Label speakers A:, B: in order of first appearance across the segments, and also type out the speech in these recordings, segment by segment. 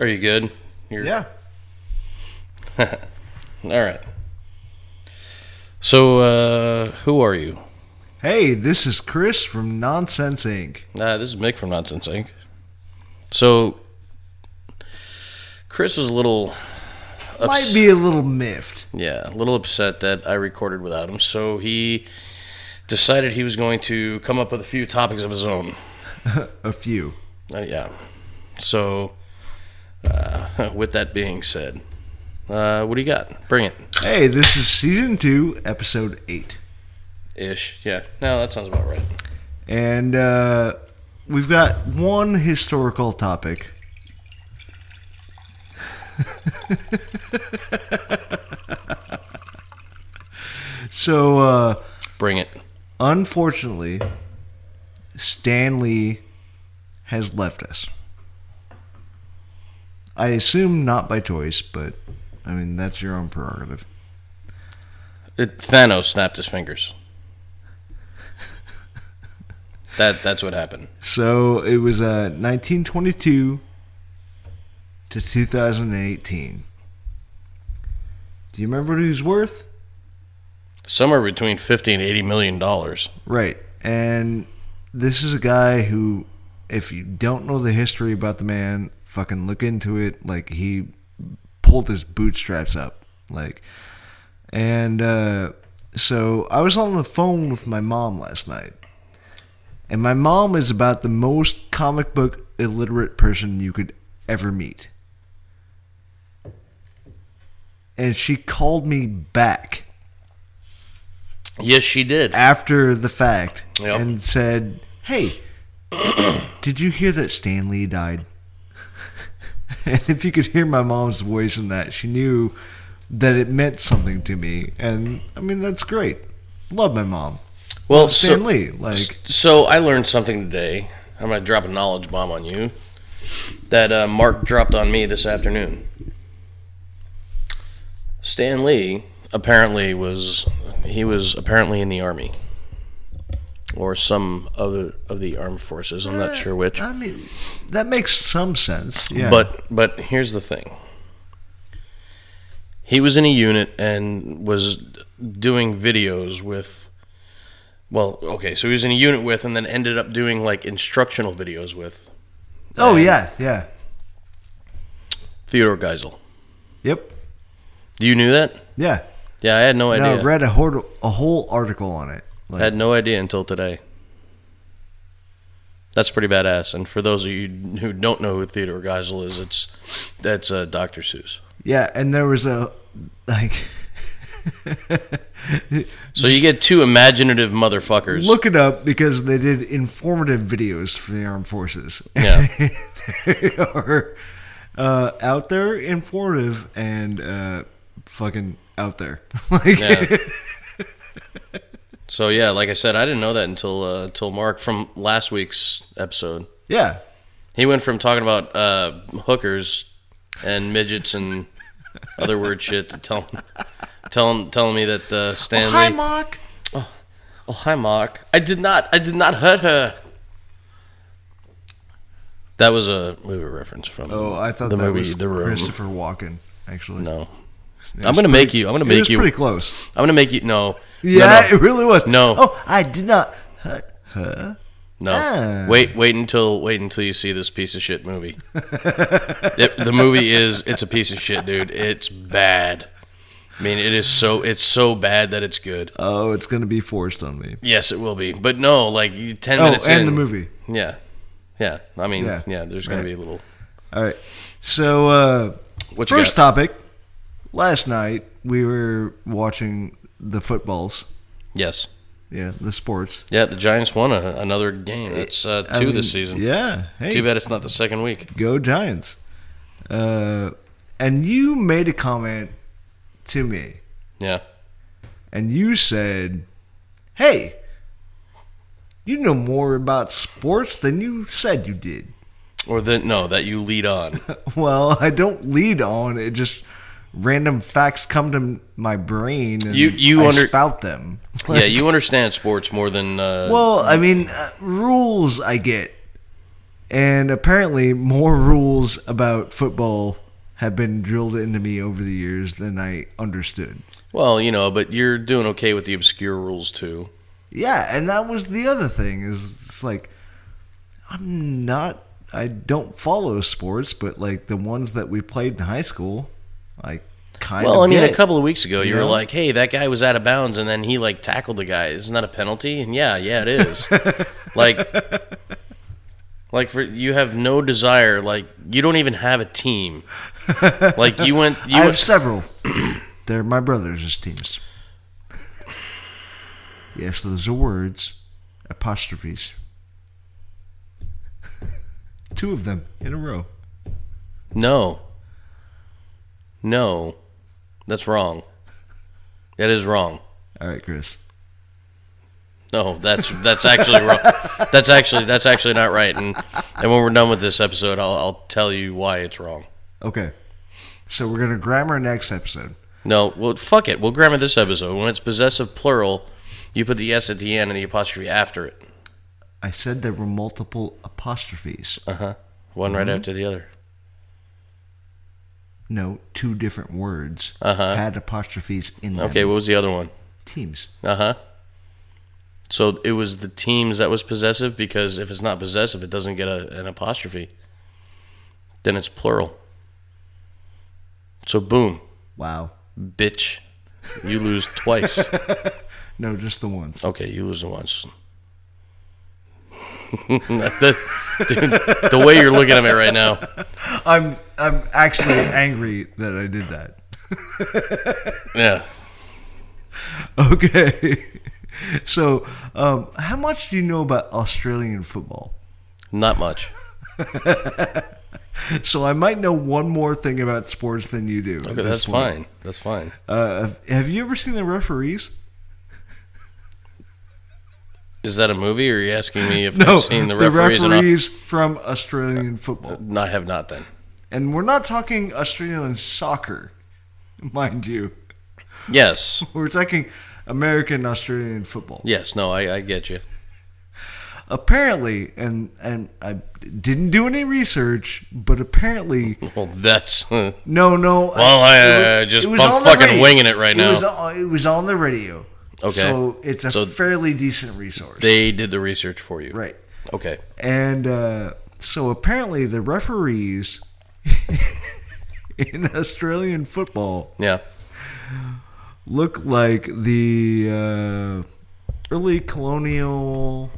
A: Are you good? You're,
B: Yeah.
A: All right. So, uh, who are you?
B: Hey, this is Chris from Nonsense Inc.
A: Uh, this is Mick from Nonsense Inc. So, Chris was a little.
B: Might be a little miffed.
A: Yeah, a little upset that I recorded without him. So he decided he was going to come up with a few topics of his own.
B: A few.
A: Uh, yeah. So, uh, with that being said, uh, what do you got? Bring it.
B: Hey, this is season two, episode eight.
A: Ish. Yeah. No, that sounds about right.
B: And uh, we've got one historical topic. so, uh,
A: Bring it.
B: unfortunately, Stan Lee has left us. I assume not by choice, but I mean, that's your own prerogative.
A: it. Thanos snapped his fingers. that that's what happened.
B: So it was uh, 1922 to 2018. Do you remember what he was worth?
A: Somewhere between fifty and eighty million dollars.
B: Right. And this is a guy who, if you don't know the history about the man, fucking look into it. Like, he pulled his bootstraps up. Like, and uh, so I was on the phone with my mom last night. And my mom is about the most comic book illiterate person you could ever meet. And she called me back
A: Yes, she did.
B: after the fact
A: Yep.
B: and said, "Hey, did you hear that Stan Lee died?" and if you could hear my mom's voice in that, she knew that it meant something to me. And I mean, that's great. Love my mom,
A: Well,
B: Stan
A: so,
B: Lee. Like,
A: so I learned something today. I'm gonna drop a knowledge bomb on you that uh, Mark dropped on me this afternoon. Stan Lee apparently was he was apparently in the army or some other of the armed forces. I'm not sure which.
B: I mean, that makes some sense. Yeah,
A: But but here's the thing. He was in a unit and was doing videos with well, okay, so he was in a unit with and then ended up doing like instructional videos with
B: oh yeah, yeah,
A: Theodore Geisel.
B: yep,
A: Do you knew that?
B: yeah.
A: Yeah, I had no
B: No,
A: idea.
B: I read a whole a whole article on it.
A: I
B: Like,
A: had no idea until today. That's pretty badass. And for those of you who don't know who Theodore Geisel is, it's that's uh, Dr. Seuss.
B: yeah, and there was a like.
A: So you get two imaginative motherfuckers.
B: Look it up because they did informative videos for the armed forces.
A: Yeah.
B: they are uh, out there, informative, and uh, fucking out there. like,
A: Yeah. So yeah, like I said, I didn't know that until uh, until Mark from last week's episode.
B: yeah.
A: He went from talking about uh, hookers and midgets and other weird shit to tell telling telling me that uh, Stanley.
B: Oh, Hi, Mark.
A: Oh, hi, Mark. I did not. I did not hurt her. That was a movie reference from.
B: Oh, I thought
A: the
B: that
A: movie
B: was
A: The Room.
B: Christopher Walken. Actually,
A: No, I'm gonna make you. I'm gonna
B: it
A: make
B: was
A: you.
B: pretty close.
A: I'm gonna make you. No. No,
B: Yeah,
A: no.
B: it really was.
A: No.
B: Oh, I did not hurt her.
A: No.
B: Ah.
A: Wait, wait until wait until you see this piece of shit movie. It- the movie is it's a piece of shit, dude. It's bad. I mean, it is so it's so bad that it's good.
B: Oh, it's gonna be forced on me.
A: Yes, it will be. But no, like you ten
B: Oh,
A: minutes
B: and
A: in-
B: the movie.
A: Yeah, yeah. I mean,
B: Yeah.
A: yeah. there's gonna
B: Right.
A: be a little.
B: All right. So, uh,
A: What you
B: First
A: got?
B: topic. Last night we were watching the footballs.
A: Yes.
B: Yeah, the sports.
A: Yeah, the Giants won a, another game. That's uh,
B: I
A: two
B: mean,
A: this season.
B: Yeah. Hey,
A: Too bad it's not the second week.
B: go Giants. Uh, and you made a comment to me,
A: Yeah.
B: and you said, "Hey, you know more about sports than you said you did."
A: Or the no that you lead on.
B: Well, I don't lead on it; just random facts come to my brain, and
A: You- you
B: I
A: under-
B: spout them.
A: yeah, you understand sports more than uh,
B: Well, I mean, uh, rules I get, And apparently, more rules about football have been drilled into me over the years than I understood.
A: Well, you know, but you're doing okay with the obscure rules too.
B: Yeah, and that was the other thing is it's like I'm not I don't follow sports, but like the ones that we played in high school, I kind of
A: Well, I mean,
B: get.
A: a couple of weeks ago, you
B: Yeah.
A: were like, "Hey, that guy was out of bounds," and then he like tackled the guy. Isn't that a penalty? And yeah, yeah, it is. like, like for you have no desire. Like you don't even have a team. Like you went. You
B: I have
A: went-
B: several. They're my brothers as teams. Yes, those are words, apostrophes. Two of them in a row.
A: no. No, that's wrong. That is wrong.
B: All right, Chris.
A: No, that's that's actually wrong. That's actually that's actually not right. And and when we're done with this episode, I'll I'll tell you why it's wrong.
B: Okay. So we're gonna grammar next episode.
A: No, well, fuck it. We'll grammar this episode. When it's possessive plural, you put the s at the end and the apostrophe after it.
B: I said there were multiple apostrophes.
A: Uh huh. One right after the other.
B: No, two different words
A: Uh-huh.
B: had apostrophes in them.
A: Okay, what was the other one?
B: Teams.
A: Uh huh. So it was the teams that was possessive because if it's not possessive, it doesn't get a, an apostrophe. Then it's plural. So boom,
B: Wow.
A: bitch, you lose twice.
B: No, just the ones.
A: Okay, you lose the once. the, dude, the way you're looking at me right now.
B: I'm I'm actually angry that I did that.
A: Yeah.
B: Okay. So, um, how much do you know about Australian football?
A: Not much.
B: So I might know one more thing about sports than you do. at
A: Okay,
B: this
A: that's
B: point.
A: fine. That's fine.
B: Uh, have- have you ever seen the referees?
A: Is that a movie, or are you asking me if
B: No,
A: I've seen the referees?
B: the
A: or not?
B: referees from Australian football.
A: No, I have not. Then
B: And we're not talking Australian soccer, mind you.
A: yes,
B: We're talking American Australian football.
A: yes. No, I, I get you.
B: Apparently, and and I didn't do any research, but apparently,
A: Well, that's well.
B: no, no.
A: I, I just fuck- fucking winging it right
B: It
A: now.
B: was, on, it was on the radio.
A: Okay.
B: So it's a
A: So-
B: fairly decent resource.
A: they did the research for you.
B: right.
A: Okay.
B: And uh, so apparently the referees in Australian football
A: Yeah.
B: look like the uh, early colonial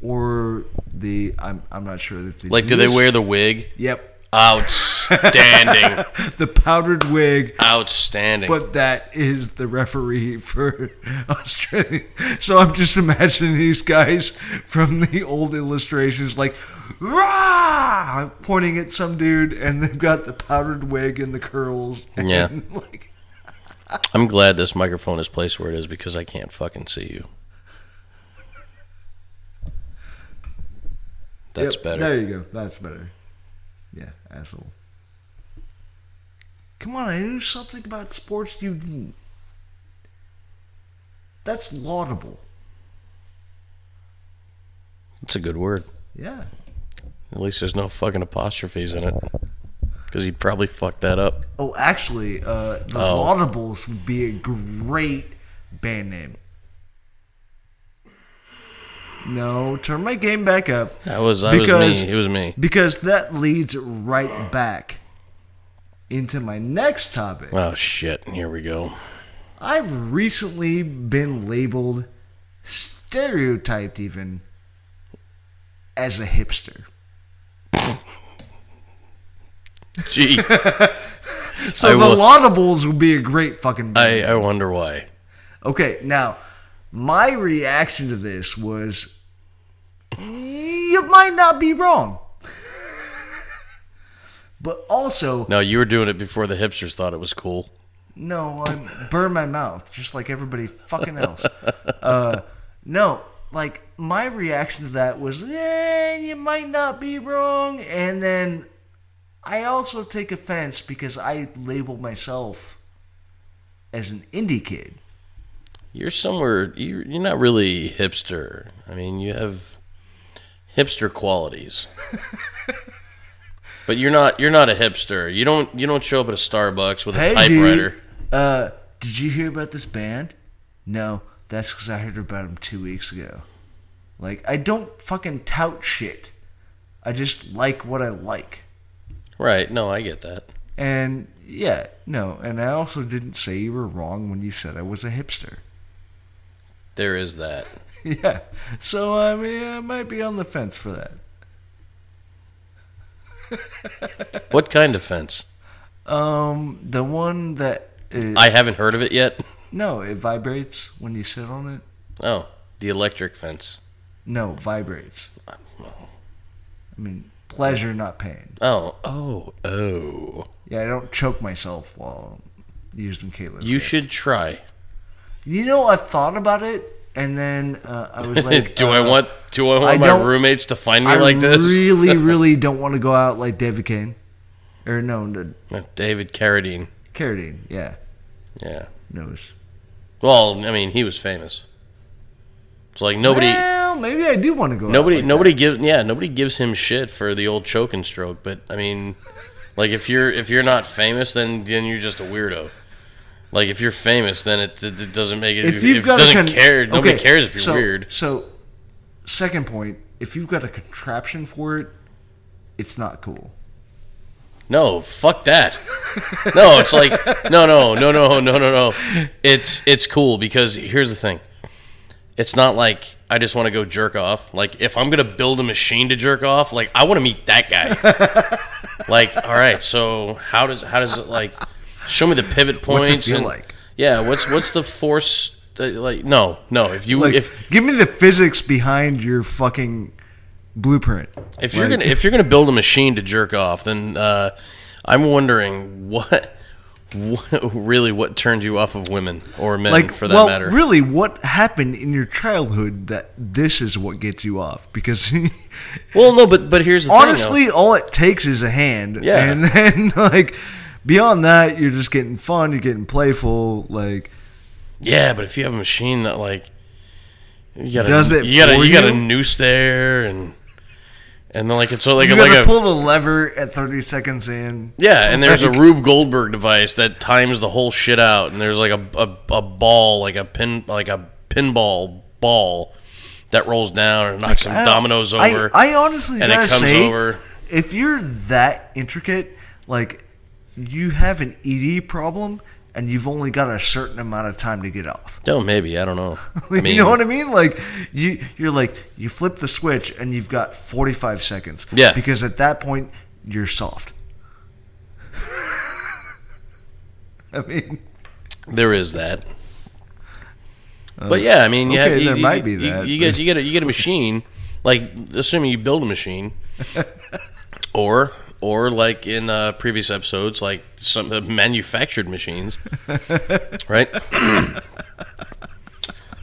B: or the I'm, I'm not sure if the
A: Like, do they wear the wig?
B: Yep.
A: Outstanding.
B: the powdered wig
A: Outstanding.
B: but that is the referee for Australia. So I'm just imagining these guys from the old illustrations, like rah, pointing at some dude, and they've got the powdered wig and the curls. And
A: Yeah.
B: Like,
A: I'm glad this microphone is placed where it is because I can't fucking see you. That's
B: Yep,
A: better.
B: There you go. That's better. Yeah, asshole. Come on, I knew something about sports you didn't. That's laudable.
A: That's a good word.
B: Yeah.
A: At least there's no fucking apostrophes in it. Because he probably fucked that up.
B: Oh, actually, uh, the
A: Oh.
B: Laudables would be a great band name. No, turn my game back up
A: That was that was
B: Because-
A: me. It was me.
B: because that leads right back into my next topic.
A: Oh shit! Here we go.
B: I've recently been labeled, stereotyped even, as a hipster.
A: Gee,
B: So
A: I
B: the
A: will-
B: Laudables would be a great fucking band
A: I I wonder why.
B: Okay, now my reaction to this was you might not be wrong. but also,
A: No, you were doing it before the hipsters thought it was cool.
B: no, I burn my mouth just like everybody fucking else. Uh, no, like my reaction to that was, eh, you might not be wrong. And then I also take offense because I label myself as an indie kid.
A: You're somewhere. You're you're not really hipster. I mean, you have hipster qualities. but you're not you're not a hipster. You don't you don't show up at a Starbucks with a
B: Hey,
A: typewriter.
B: dude. Uh, did you hear about this band? No, that's because I heard about them two weeks ago. Like, I don't fucking tout shit. I just like what I like.
A: Right? No, I get that.
B: And yeah, no, and I also didn't say you were wrong when you said I was a hipster.
A: There is that.
B: yeah, so I mean, I might be on the fence for that.
A: What kind of fence?
B: Um, the one that it,
A: I haven't heard of it yet.
B: no, it vibrates when you sit on it.
A: Oh, the electric fence.
B: No, vibrates. I mean, pleasure, not pain.
A: Oh, oh, oh.
B: Yeah, I don't choke myself while using Kayla's.
A: You
B: gift.
A: should try.
B: You know, I thought about it, and then uh, I was like,
A: do I
B: uh,
A: want do I want
B: I
A: my
B: don't-
A: roommates to find me
B: I
A: like this?
B: really, really don't want to go out like David Kane, or no, no
A: Uh, David Carradine.
B: Carradine. Yeah,
A: Yeah.
B: knows.
A: Well, I mean, he was famous. It's like nobody
B: Well, maybe I do want to go.
A: nobody
B: out like
A: nobody gives yeah, nobody gives him shit for the old choke and stroke, but I mean like if you're if you're not famous then then you're just a weirdo. Like if you're famous then it, it, it doesn't make it
B: that. If
A: it
B: you've got
A: doesn't
B: a con-
A: care. Nobody
B: okay,
A: cares if you're
B: so-
A: weird.
B: So, second point: if you've got a contraption for it, it's not cool.
A: No, fuck that. No, it's like no, no, no, no, no, no, no. It's it's cool because here's the thing. It's not like I just want to go jerk off. Like if I'm gonna build a machine to jerk off, like I want to meet that guy. like all right, so how does how does it like show me the pivot points?
B: What's it feel
A: and-
B: like?
A: Yeah, what's what's the force? uh, Like no, no. If you
B: Like,
A: if
B: give me the physics behind your fucking blueprint.
A: If you're
B: Like-
A: gonna if you're gonna build a machine to jerk off, then uh, I'm wondering what, what really what turned you off of women or men
B: like
A: for that
B: well,
A: matter.
B: really, what happened in your childhood that this is what gets you off? Because
A: well, no, but but here's the
B: honestly,
A: thing,
B: all it takes is a hand.
A: Yeah.
B: and then like beyond that, you're just getting fun. You're getting playful. Like
A: though. yeah, but if you have a machine that like you got
B: Does
A: a,
B: it
A: you got
B: for
A: a, you got a
B: you?
A: noose there and and then like it's so like
B: you
A: like
B: gotta
A: a
B: pull the lever at 30 seconds in.
A: yeah, and there's a
B: like-
A: Rube Goldberg device that times the whole shit out, and there's like a a, a ball like a pin like a pinball ball. That rolls down and knocks some
B: I-
A: dominoes
B: I-
A: over.
B: I, honestly
A: and it
B: gotta
A: comes
B: say,
A: over.
B: if you're that intricate, like you have an ED problem, and you've only got a certain amount of time to get off.
A: No, Oh, maybe I don't know. I
B: you
A: mean,
B: know what I mean? Like you, you're like you flip the switch, and you've got 45 seconds.
A: Yeah.
B: because at that point you're soft. I mean,
A: there is that. But yeah, I mean, you
B: Uh, okay,
A: have, you,
B: there
A: you-
B: might be
A: you-
B: that,
A: You get
B: but-
A: you get a, you get a machine, like assuming you build a machine, or or like in uh, previous episodes, like some uh, manufactured machines, right?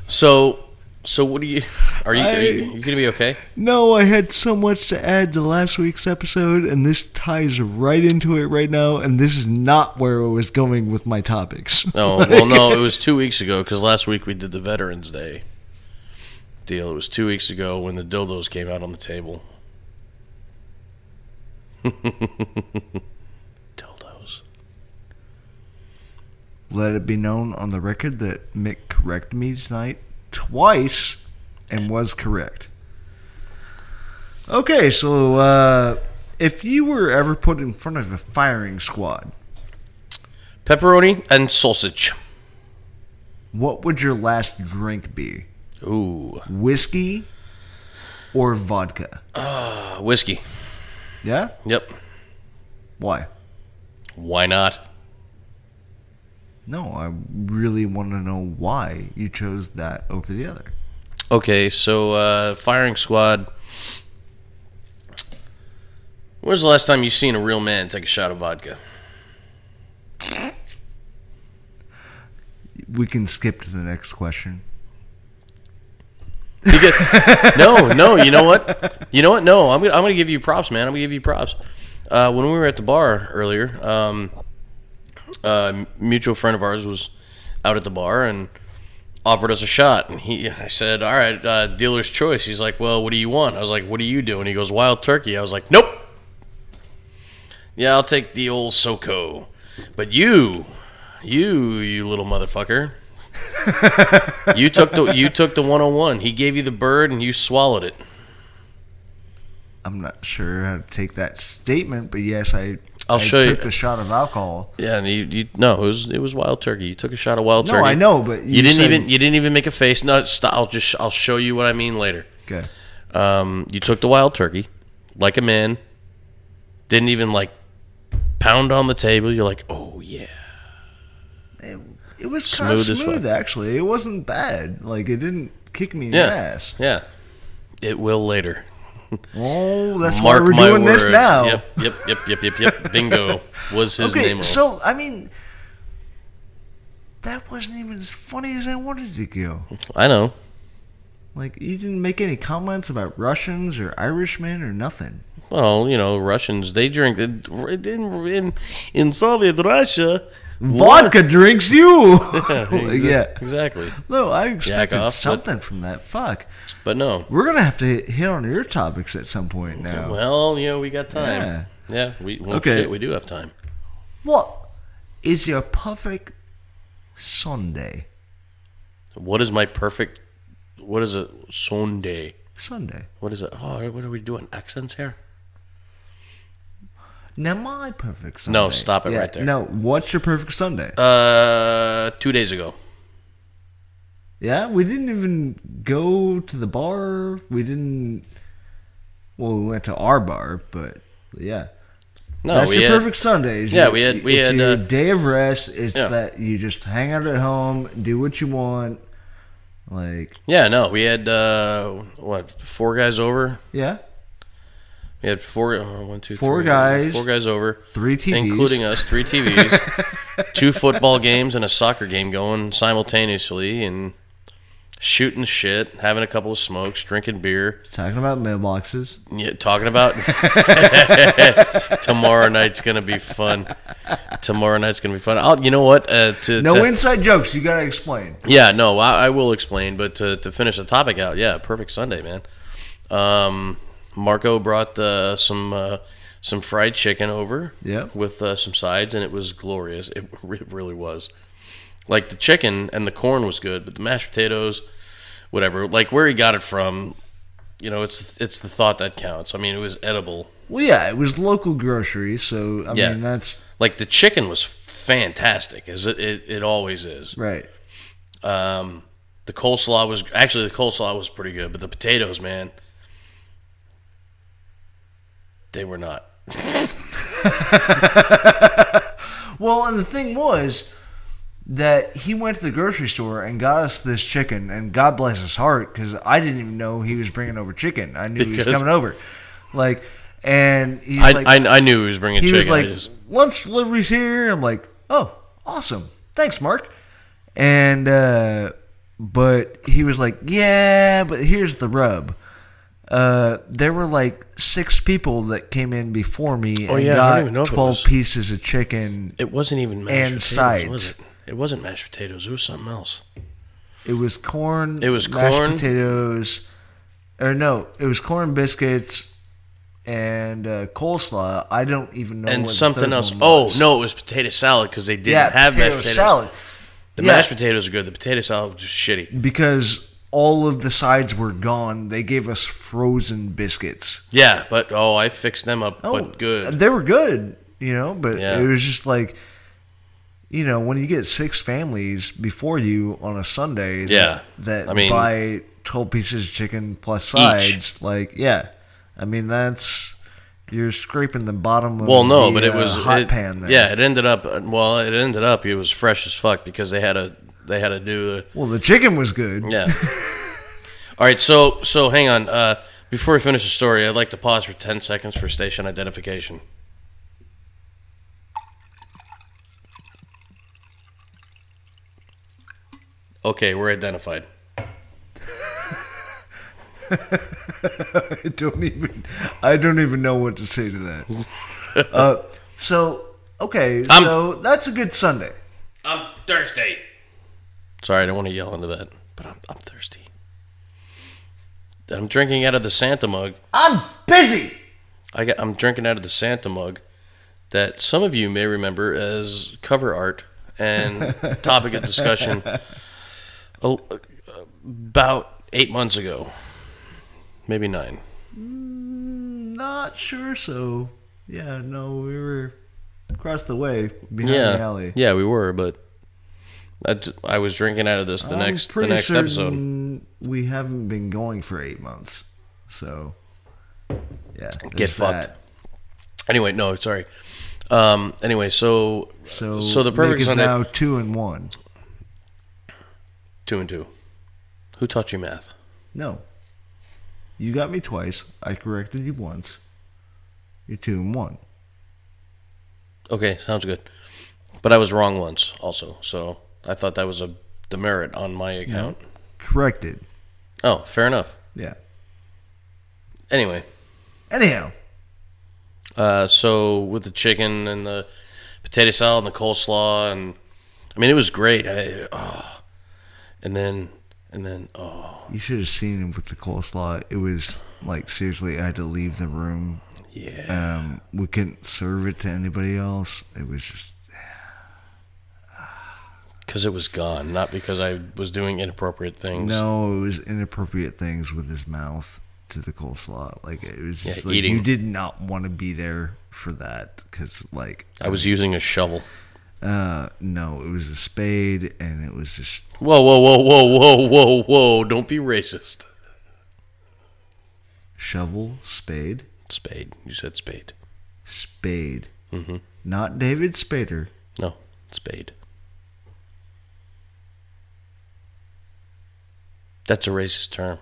A: so so what do you are you, are you,
B: I-
A: you gonna be okay?
B: no, I had so much to add to last week's episode, and this ties right into it right now. And this is not where I was going with my topics.
A: No, Oh, well, no, it was two weeks ago because last week we did the Veterans Day deal. It was two weeks ago when the dildos came out on the table. dildos.
B: Let it be known on the record that Mick corrected me tonight twice and was correct. Okay, so uh, if you were ever put in front of a firing squad,
A: Pepperoni and sausage.
B: what would your last drink be?
A: Ooh.
B: Whiskey or vodka?
A: Uh, whiskey.
B: Yeah?
A: Yep.
B: Why?
A: Why not?
B: No, I really want to know why you chose that over the other.
A: Okay, so uh, firing squad. When was the last time you seen a real man take a shot of vodka?
B: We can skip to the next question.
A: Because, no, no, you know what? You know what? No, I'm gonna, I'm gonna give you props, man. I'm gonna give you props. Uh, when we were at the bar earlier, um, a mutual friend of ours was out at the bar, and offered us a shot, and he, I said, "All right, uh, dealer's choice." He's like, "Well, what do you want?" I was like, "What do you do?" And he goes, "Wild turkey." I was like, "Nope." Yeah, I'll take the old Soko, but you, you, you little motherfucker, you took the you took the one on one. He gave you the bird, and you swallowed it.
B: I'm not sure how to take that statement, but yes, I.
A: I'll
B: I
A: show you.
B: took the shot of alcohol.
A: Yeah, and you, you no, it was it was wild turkey. You took a shot of wild
B: No,
A: turkey.
B: I know, but
A: You,
B: you
A: didn't
B: said-
A: even you didn't even make a face. No, stop. I'll just I'll show you what I mean later.
B: Okay.
A: Um, you took the wild turkey like a man. Didn't even like pound on the table. You're like, oh yeah.
B: It, it was kind of
A: Smooth as
B: smooth, actually. It wasn't bad. Like it didn't kick me in
A: Yeah.
B: the ass.
A: Yeah. It will later.
B: Oh, that's
A: Mark
B: why we're
A: my
B: doing
A: words.
B: this now.
A: Yep, yep, yep, yep, yep, yep. Bingo was his
B: okay,
A: name.
B: so I mean, that wasn't even as funny as I wanted to go.
A: I know.
B: Like you didn't make any comments about Russians or Irishmen or nothing.
A: Well, you know, Russians they drink in in, in Soviet Russia.
B: Vodka drinks
A: Yeah,
B: you. Like,
A: exa-
B: yeah.
A: exactly.
B: No, I expected
A: off, but-
B: something from that. Fuck.
A: But no.
B: We're gonna have to hit, hit on your topics at some point now.
A: Well, you know, we got time. Yeah, we well,
B: Okay.
A: shit, we do have time.
B: What is your perfect Sunday?
A: What is my perfect? What is a Sunday?
B: Sunday.
A: What is it? Oh, what are we doing? Accents here?
B: Now my perfect Sunday.
A: No, stop it right there.
B: No, what's your perfect Sunday?
A: Uh, two days ago.
B: yeah, we didn't even go to the bar. We didn't. Well, we went to our bar, but yeah,
A: No,
B: that's
A: Oh, we
B: your
A: had,
B: perfect Sunday. is
A: Yeah,
B: your-
A: we had- we
B: it's
A: had,
B: your
A: uh,
B: day of rest. It's
A: yeah.
B: that you just hang out at home, do what you want. Like,
A: Yeah, no, we had uh, what? Four guys over.
B: yeah,
A: We had four. Uh, one, two,
B: Four
A: three,
B: guys.
A: Four guys over,
B: three TVs,
A: including us. Three TVs, two football games, and a soccer game going simultaneously, and shooting shit, having a couple of smokes, drinking beer.
B: talking about mailboxes.
A: Yeah, talking about tomorrow night's gonna be fun. Tomorrow night's gonna be fun. I'll, you know what? Uh, to,
B: No
A: to-
B: inside jokes. You gotta explain.
A: yeah, no, I, I will explain. But to, to finish the topic out, yeah, perfect Sunday, man. Um, Marco brought uh, some uh, some fried chicken over
B: Yeah.
A: with uh, some sides, and it was glorious. It, re- it really was. Like the chicken and the corn was good, but the mashed potatoes, whatever. Like where he got it from, you know, it's it's the thought that counts. I mean, it was edible.
B: Well, yeah, it was local grocery, so I
A: Yeah.
B: mean that's
A: Like the chicken was fantastic, as it it, it always is.
B: right.
A: Um, the coleslaw was actually the coleslaw was pretty good, but the potatoes, man, they were not.
B: Well, and the thing was that he went to the grocery store and got us this chicken, and God bless his heart, because I didn't even know he was bringing over chicken. I knew he was
A: Because-
B: coming over, like, and he's
A: I,
B: like,
A: I I knew he was bringing
B: he
A: chicken.
B: was like,
A: I just-
B: lunch delivery's here. I'm like, oh, awesome, thanks, Mark. And uh, but he was like, yeah, but here's the rub. Uh, there were like six people that came in before me and
A: Oh, yeah, I don't even know
B: got
A: if it
B: twelve
A: was-
B: pieces of chicken
A: it wasn't even mashed
B: And
A: potatoes, was
B: sides.
A: it? It wasn't mashed potatoes. It was something else.
B: It was corn.
A: It was
B: mashed
A: corn.
B: potatoes, or no, it was corn biscuits and uh, coleslaw. I don't even know.
A: And
B: what the
A: something
B: third
A: else.
B: one
A: Oh
B: was.
A: no, it was potato salad because they didn't
B: yeah,
A: have
B: potato
A: mashed potatoes.
B: salad
A: The
B: Yeah.
A: mashed potatoes are good. The potato salad was just shitty.
B: because all of the sides were gone. They gave us frozen biscuits.
A: Yeah, but oh, I fixed them up.
B: Oh,
A: but good.
B: They were good, you know. But
A: Yeah.
B: it was just like. You know, when you get six families before you on a Sunday, that-
A: Yeah.
B: that
A: I mean-
B: buy twelve pieces of chicken plus sides, like yeah, I mean that's you're scraping the bottom of
A: Well, no,
B: the,
A: but it
B: uh,
A: was
B: hot
A: it-
B: pan there.
A: Yeah, it ended up. uh, Well, it ended up. It was fresh as fuck because they had to they had to do the
B: Well, the chicken was good.
A: yeah. All right, so so hang on. Uh, before we finish the story, I'd like to pause for ten seconds for station identification. Okay, we're identified.
B: I don't even I don't even know what to say to that. uh, so okay, so that's a good Sunday.
A: I'm Thursday. Sorry, I don't want to yell into that. but I'm, I'm thirsty. I'm drinking out of the Santa mug.
B: I'm busy.
A: I got, I'm drinking out of the Santa mug that some of you may remember as cover art and topic of discussion a- about eight months ago, maybe nine.
B: Not sure. So yeah, no, we were across the way behind
A: yeah,
B: the alley.
A: yeah, we were, but I, d- I was drinking out of this the
B: I'm
A: next the
B: pretty
A: next
B: certain
A: episode.
B: We haven't been going for eight months, so yeah,
A: Get
B: there's
A: fucked.
B: that.
A: Anyway, no, sorry. Um. Anyway, so
B: So
A: So the perfect
B: Nick is
A: Sunday-
B: now two and one.
A: two and two. Who taught you math?
B: No, you got me twice. I corrected you once. You're two and one.
A: Okay, sounds good. But I was wrong once, also. So I thought that was a demerit on my account.
B: Corrected.
A: Oh, fair enough.
B: Yeah.
A: Anyway,
B: Anyhow,
A: uh, so with the chicken and the potato salad and the coleslaw, and I mean, it was great. I, oh. And then, and then, oh,
B: you should have seen him with the coleslaw. It was like seriously, I had to leave the room.
A: yeah.
B: Um, we couldn't serve it to anybody else. It was just
A: Because it was gone, not because I was doing inappropriate things.
B: No, it was inappropriate things with his mouth to the coleslaw. Like it was
A: Yeah,
B: just like
A: eating.
B: you did not want to be there for that because like
A: I was using a shovel.
B: uh no, it was a spade and it was just
A: Whoa, whoa, whoa, whoa, whoa, whoa, whoa. Don't be racist.
B: shovel, spade,
A: Spade. You said spade.
B: spade.
A: Mm-hmm.
B: Not David Spader.
A: No, spade. That's a racist term.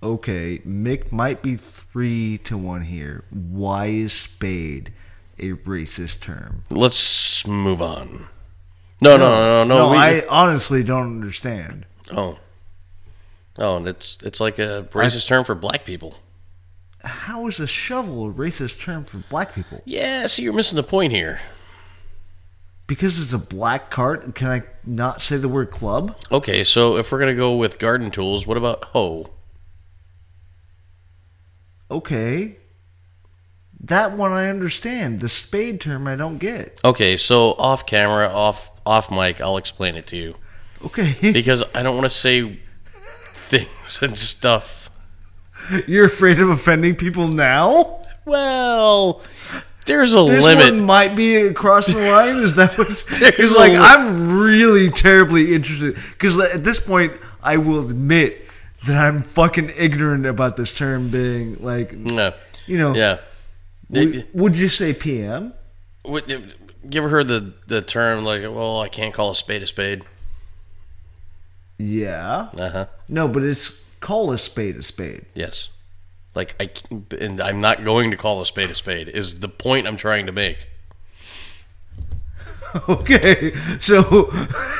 B: Okay, Mick might be three to one here. Why is spade a racist term?
A: Let's move on. No, no, no, no, no.
B: no
A: we-
B: I honestly don't understand.
A: Oh, oh, and it's it's like a racist term for black people.
B: How is a shovel a racist term for black people?
A: Yeah, see, you're missing the point here.
B: Because it's a black cart, can I not say the word club?
A: Okay, so if we're gonna go with garden tools, what about hoe?
B: Okay. That one I understand. The spade term I don't get.
A: Okay, so off camera, off off mic, I'll explain it to you
B: Okay.
A: because I don't want to say things and stuff.
B: You're afraid of offending people now?
A: Well, there's a
B: This
A: limit.
B: one might be across the line. Is that what's
A: There's
B: He's like,
A: a-
B: I'm really terribly interested. Because at this point, I will admit that I'm fucking ignorant about this term being like,
A: No.
B: you know,
A: Yeah.
B: would, would you say PM?
A: What- you ever heard the, the term like, well, I can't call a spade a spade?
B: Yeah.
A: Uh huh.
B: No, but it's call a spade a spade.
A: Yes. Like I c- and I'm not going to call a spade a spade is the point I'm trying to make.
B: Okay, so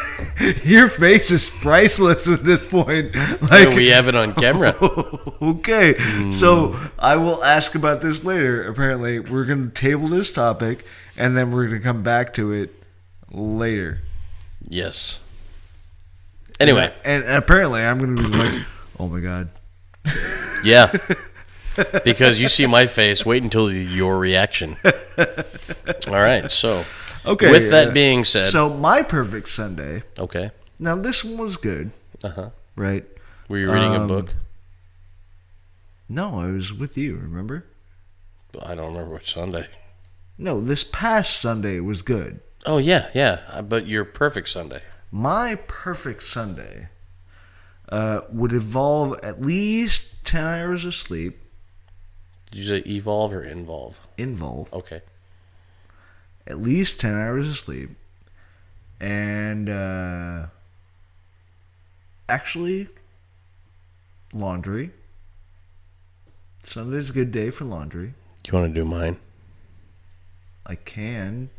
B: your face is priceless at this point. Like,
A: we have it on camera. Hmm.
B: okay, so I will ask about this later. Apparently, we're going to table this topic, and then we're going to come back to it later.
A: yes. Anyway,
B: and apparently, I'm going to be like, "Oh my god,
A: yeah. because you see my face, wait until your reaction. All right. So,
B: okay."
A: with
B: uh,
A: that being said,
B: so my perfect Sunday.
A: okay.
B: Now this one was good,
A: Uh-huh.
B: right?
A: Were you reading a
B: Um,
A: book?
B: No, I was with you. Remember?
A: I don't remember which Sunday.
B: No, this past Sunday was good.
A: Oh yeah, yeah. Uh, But your perfect Sunday.
B: my perfect Sunday uh, would involve at least 10 hours of sleep,
A: Did you say evolve or involve?
B: involve
A: Okay.
B: at least 10 hours of sleep, and uh, actually laundry. Sunday's a good day for laundry.
A: Do you want to do mine?
B: I can.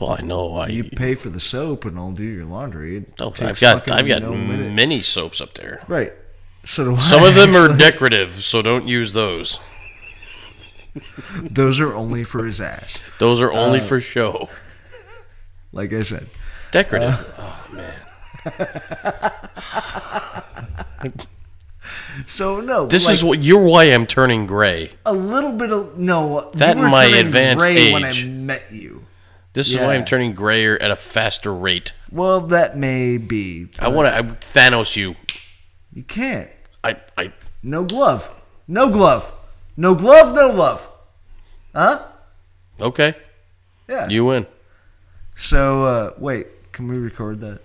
A: Well, I know. I
B: You pay for the soap, and I'll do your laundry. It
A: oh, I've
B: takes
A: got
B: fucking
A: I've got
B: no minute.
A: many soaps up there.
B: right. So do I,
A: Some of them are
B: actually.
A: decorative, so don't use those.
B: Those are only for his ass.
A: Those are
B: Oh.
A: only for show.
B: Like I said. Uh,
A: Decorative. oh
B: So no,
A: This
B: like,
A: is what you're why I'm turning gray.
B: a little bit of no.
A: That
B: you were
A: in my
B: turning
A: advanced
B: gray when I
A: age.
B: met you.
A: This is why
B: Yeah.
A: I'm turning grayer at a faster rate.
B: Well, that may be.
A: I want to I Thanos you.
B: You can't.
A: I I
B: No glove. No glove. No glove. No love. Huh?
A: okay.
B: Yeah.
A: You win.
B: so uh, wait, can we record that?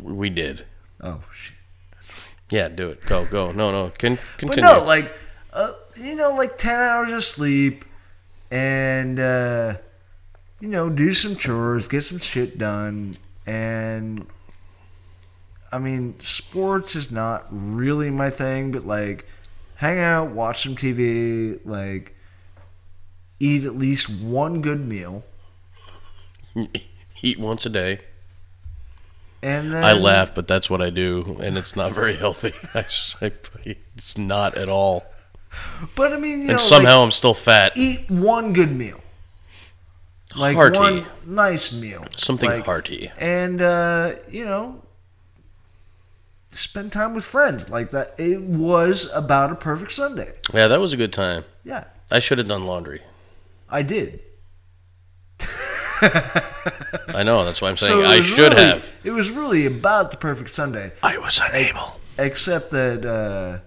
A: We did.
B: Oh shit.
A: Yeah, do it. Go go. No no. Can
B: But
A: continue.
B: no, like, uh, you know, like ten hours of sleep, and uh, you know, do some chores, get some shit done, and I mean, sports is not really my thing, but like, hang out, watch some TV, like, eat at least one good meal,
A: Eat once a day.
B: and then
A: I laugh, but that's what I do, and it's not very healthy. I just, I, it's not at all.
B: But I mean, you know,
A: And
B: somehow.
A: somehow I'm still fat.
B: eat one good meal. Like
A: Hearty.
B: one nice meal.
A: Something
B: like,
A: hearty.
B: And uh, you know, spend time with friends. Like that it was about a perfect Sunday.
A: Yeah, that was a good time.
B: Yeah.
A: I should have done laundry.
B: I did.
A: I know. That's why I'm saying
B: it
A: I
B: was
A: should
B: really-
A: have.
B: It was really about the perfect Sunday,
A: I was unable.
B: except that uh,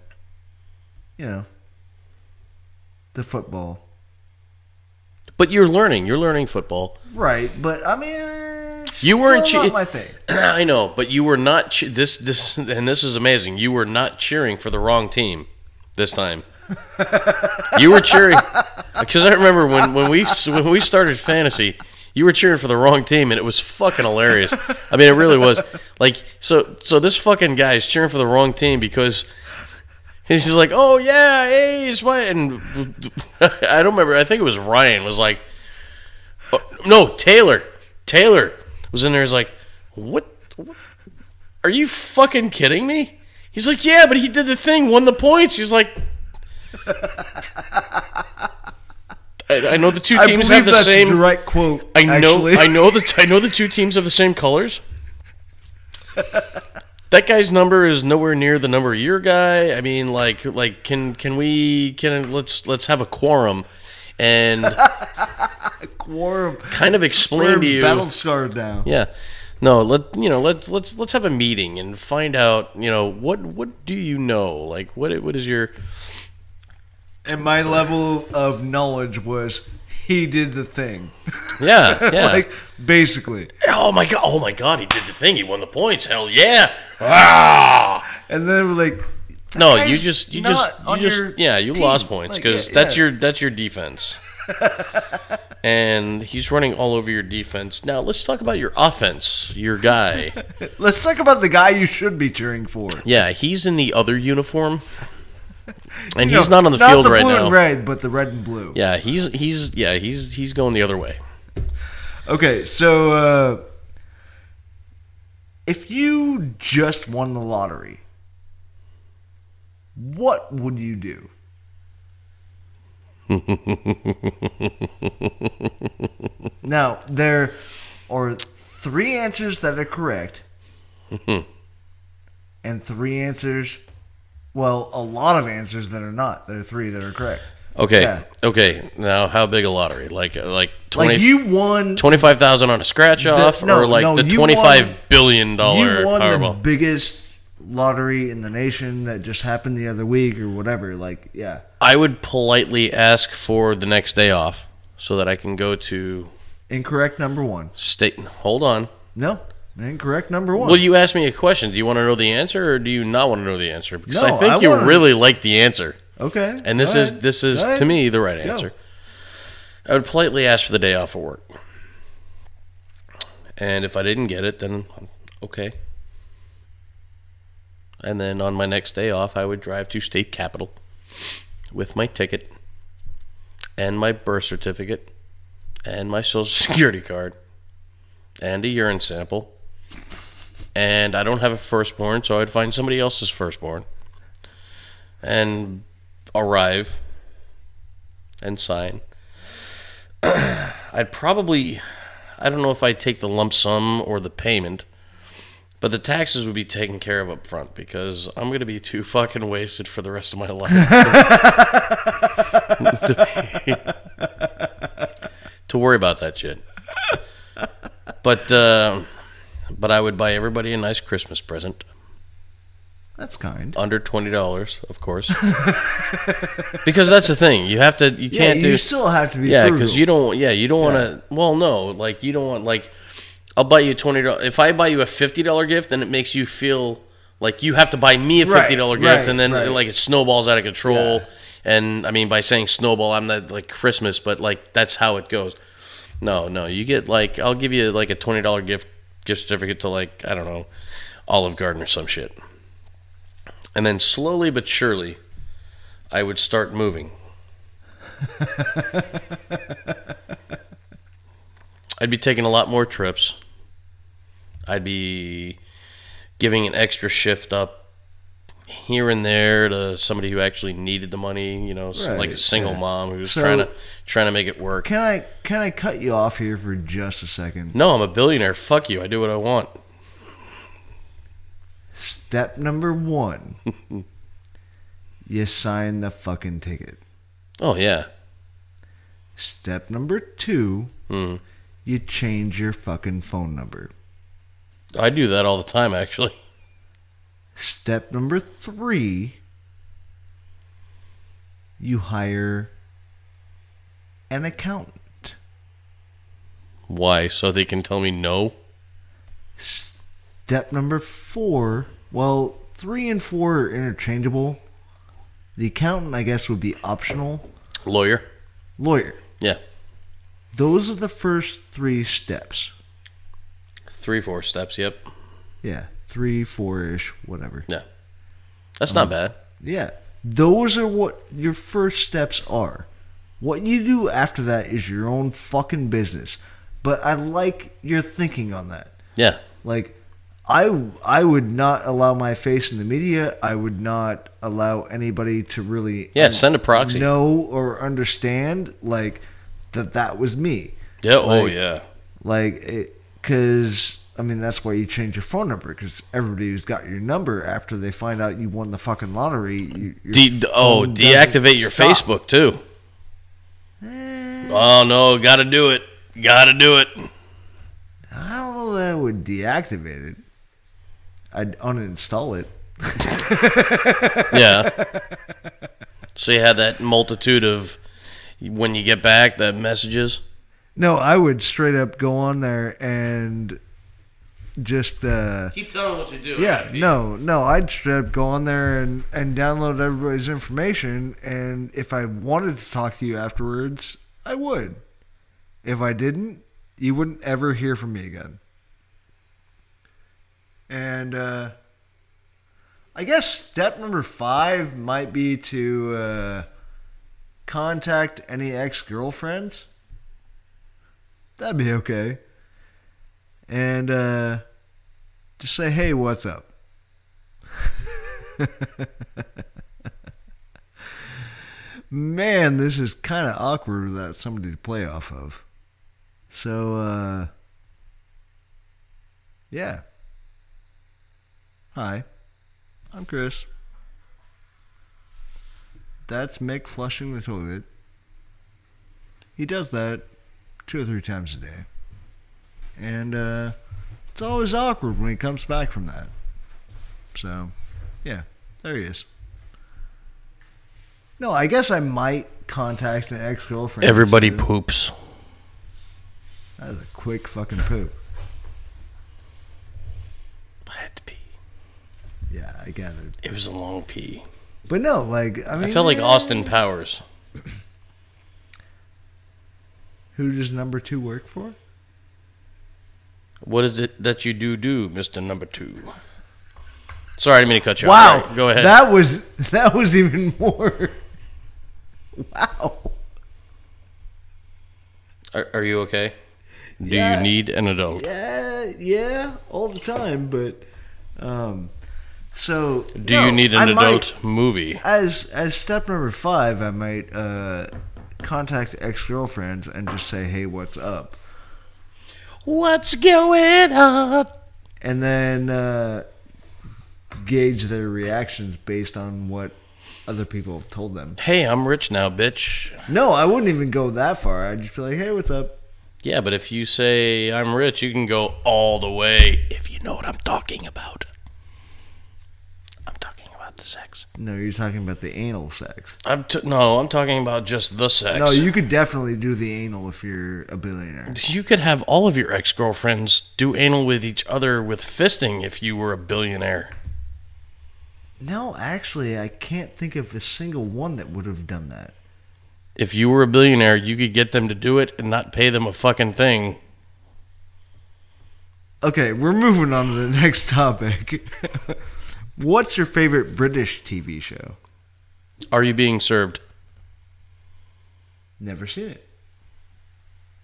B: you know, the football.
A: But you're learning. You're learning football.
B: Right, but I mean, it's
A: You weren't
B: still
A: che-
B: not my thing.
A: I know, but you were not che- this this and this is amazing. You were not cheering for the wrong team this time. you were cheering because I remember when when we when we started fantasy, you were cheering for the wrong team, and it was fucking hilarious. I mean, it really was. Like so so this fucking guy is cheering for the wrong team because. He's just like, oh yeah, A's, what? And I don't remember. I think it was Ryan was like, oh, no, Taylor. Taylor was in there. He's like, what? what? Are you fucking kidding me? He's like, yeah, but he did the thing, won the points. He's like, I, I know the two
B: I
A: teams have
B: believe
A: the
B: that's
A: same.
B: a direct quote.
A: I know.
B: actually.
A: I know that. I know the two teams have the same colors. that guy's number is nowhere near the number of your guy. I mean, like, like can can we can let's let's have a quorum and
B: Quorum.
A: kind of explain to you.
B: battle scarred now.
A: Yeah. No, let you know, let's let's let's have a meeting and find out, you know, what what do you know? Like what what is your
B: And my level of knowledge was he did the thing.
A: Yeah, yeah.
B: like basically.
A: oh my god oh my god, he did the thing, he won the points, hell yeah. Ah!
B: And then we're like
A: No, you
B: guy's
A: just you
B: not
A: just you
B: on
A: just
B: your
A: yeah, you
B: team.
A: lost points
B: Like,
A: because
B: yeah,
A: that's
B: yeah.
A: your that's your defense. and he's running all over your defense. Now let's talk about your offense, your guy.
B: let's talk about the guy you should be cheering for.
A: yeah, he's in the other uniform. And
B: You
A: he's
B: know,
A: not on the field
B: the
A: right
B: blue
A: now.
B: And red, but the red and blue.
A: Yeah, he's he's yeah he's he's going the other way.
B: Okay, so uh, if you just won the lottery, what would you do? now, there are three answers that are correct, and three answers, well, a lot of answers that are not. There are three that are correct.
A: Okay,
B: Yeah.
A: okay. Now, how big a lottery? Like uh, like
B: Like,
A: twenty.
B: you won
A: Twenty five thousand on a scratch off,
B: no,
A: or like
B: no,
A: the
B: you
A: twenty
B: won-
A: five billion dollar
B: you won the
A: Powerball.
B: biggest lottery in the nation that just happened the other week or whatever. Like, yeah,
A: I would politely ask for the next day off so that I can go to
B: incorrect number one.
A: state. Hold on.
B: No, incorrect number one.
A: Well, you asked me a question. Do you want to know the answer, or do you not want to know the answer? Because
B: No,
A: I think
B: I
A: you
B: wanna-
A: really like the answer,
B: okay,
A: and this
B: all
A: is
B: right,
A: this is
B: all right.
A: to me the right answer. I would politely ask for the day off of work, and if I didn't get it, then okay. And then on my next day off, I would drive to state capitol with my ticket and my birth certificate and my social security card and a urine sample. And I don't have a firstborn, so I'd find somebody else's firstborn and arrive and sign. I'd probably, I don't know if I'd take the lump sum or the payment, But the taxes would be taken care of up front because I'm going to be too fucking wasted for the rest of my life to worry about that shit. But uh, but I would buy everybody a nice Christmas present
B: That's kind.
A: under twenty dollars, of course, because that's the thing. You have to. You
B: Yeah,
A: can't
B: you
A: do.
B: still have to be
A: yeah,
B: frugal.
A: because you don't. Yeah, you don't want to. Well, no, like you don't want like. I'll buy you twenty dollars. If I buy you a fifty dollar gift, then it makes you feel like you have to buy me a
B: Right,
A: fifty dollar gift,
B: right,
A: and then
B: right.
A: like it snowballs out of control.
B: Yeah.
A: And I mean, by saying snowball, I'm not like Christmas, but like that's how it goes. No, no, you get like I'll give you like a twenty dollar gift gift certificate to like I don't know Olive Garden or some shit, and then slowly but surely, I would start moving. I'd be taking a lot more trips. I'd be giving an extra shift up here and there to somebody who actually needed the money, you know, s- like a
B: Right,
A: single
B: yeah.
A: mom who's
B: So-
A: trying to trying to make it work.
B: Can I can I cut you off here for just a second?
A: No, I'm a billionaire. Fuck you. I do what I want.
B: Step number one. you sign the fucking ticket.
A: Oh yeah.
B: Step number two.
A: Mm.
B: You change your fucking phone number.
A: I do that all the time actually.
B: Step number three. You hire an accountant.
A: Why? So they can tell me no?
B: Step number four. Well, three and four are interchangeable. The accountant, I guess, would be optional.
A: Lawyer?
B: Lawyer.
A: Yeah.
B: Those are the first three steps.
A: Three, four steps, yep.
B: Yeah, three, four ish, whatever.
A: Yeah. That's not
B: Um,
A: bad.
B: Yeah, those are what your first steps are. What you do after that is your own fucking business. But I like your thinking on that.
A: Yeah.
B: Like, I I would not allow my face in the media. I would not allow anybody to really
A: Yeah, send a proxy.
B: know or understand like that that was me.
A: Yeah, oh
B: Like-
A: yeah.
B: like because i mean that's why you change your phone number because everybody who's got your number after they find out you won the fucking lottery you, your
A: De- oh,
B: phone doesn't
A: deactivate your
B: stop. Eh.
A: Facebook too. Oh no, gotta do it. Gotta do it.
B: i don't know that i would deactivate it i'd uninstall it
A: Yeah. so you had that multitude of when you get back the messages.
B: no i would straight up go on there and just uh
A: Keep telling what you do.
B: yeah no no i'd straight up go on there and and download everybody's information and if i wanted to talk to you afterwards i would if i didn't you wouldn't ever hear from me again and uh i guess step number five might be to uh contact any ex-girlfriends that'd be okay and uh just say, hey, what's up? Man, this is kind of awkward without somebody to play off of. So, uh, yeah. Hi, I'm Chris. That's Mick flushing the toilet. He does that two or three times a day. And, uh, it's always awkward when he comes back from that. So, yeah, there he is. No, I guess I might contact an ex girlfriend.
A: Everybody poops.
B: That was a quick fucking poop.
A: I had to pee.
B: Yeah, I gathered.
A: It was a long pee.
B: But no, like, I mean.
A: I felt like
B: eh,
A: Austin Powers.
B: Who does number two work for?
A: What is it that you do do, Mister Number Two? Sorry, I didn't mean to cut you
B: Wow.
A: off. All right, go ahead.
B: That was, that was even more. Wow.
A: are, are you okay? Do
B: Yeah.
A: you need an adult?
B: Yeah, yeah, all the time, but. um, So.
A: Do you need an adult movie?
B: as as step number five, I might uh, contact ex girlfriends and just say, "Hey, what's up?"
A: What's going on?
B: and then uh, gauge their reactions based on what other people have told them.
A: Hey, I'm rich now, bitch.
B: No, I wouldn't even go that far. I'd just be like, "Hey, what's up?"
A: Yeah, but if you say I'm rich, you can go all the way if you know what I'm talking about. I'm talking about the sex.
B: No, you're talking about the anal sex.
A: I'm t- no, I'm talking about just the sex.
B: No, you could definitely do the anal if you're a billionaire.
A: You could have all of your ex girlfriends do anal with each other with fisting if you were a billionaire.
B: No, actually, I can't think of a single one that would have done that.
A: If you were a billionaire, you could get them to do it and not pay them a fucking thing.
B: Okay, we're moving on to the next topic. What's your favorite British TV show?
A: Are you being served?
B: Never seen it.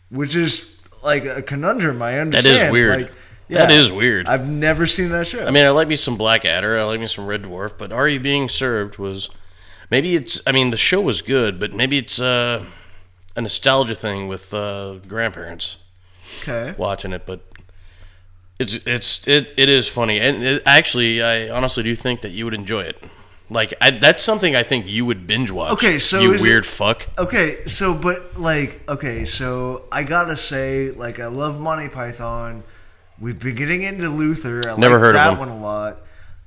B: Which is like a conundrum. I
A: That
B: understand.
A: is weird.
B: Like,
A: That
B: yeah,
A: is weird.
B: I've never seen that show.
A: I mean, I like me some Blackadder. I like me some Red Dwarf. But Are You Being Served was maybe it's. I mean, the show was good, but maybe it's uh, a nostalgia thing with uh, grandparents
B: okay.
A: watching it. But it's it's it, it is funny, and it, actually, I honestly do think that you would enjoy it. Like I, that's something I think you would binge watch.
B: Okay, so
A: you
B: is
A: weird fuck.
B: Okay, so but like okay, so I gotta say, like I love Monty Python. We've been getting into Luther. I
A: Never
B: like
A: heard of
B: that
A: him.
B: one a lot.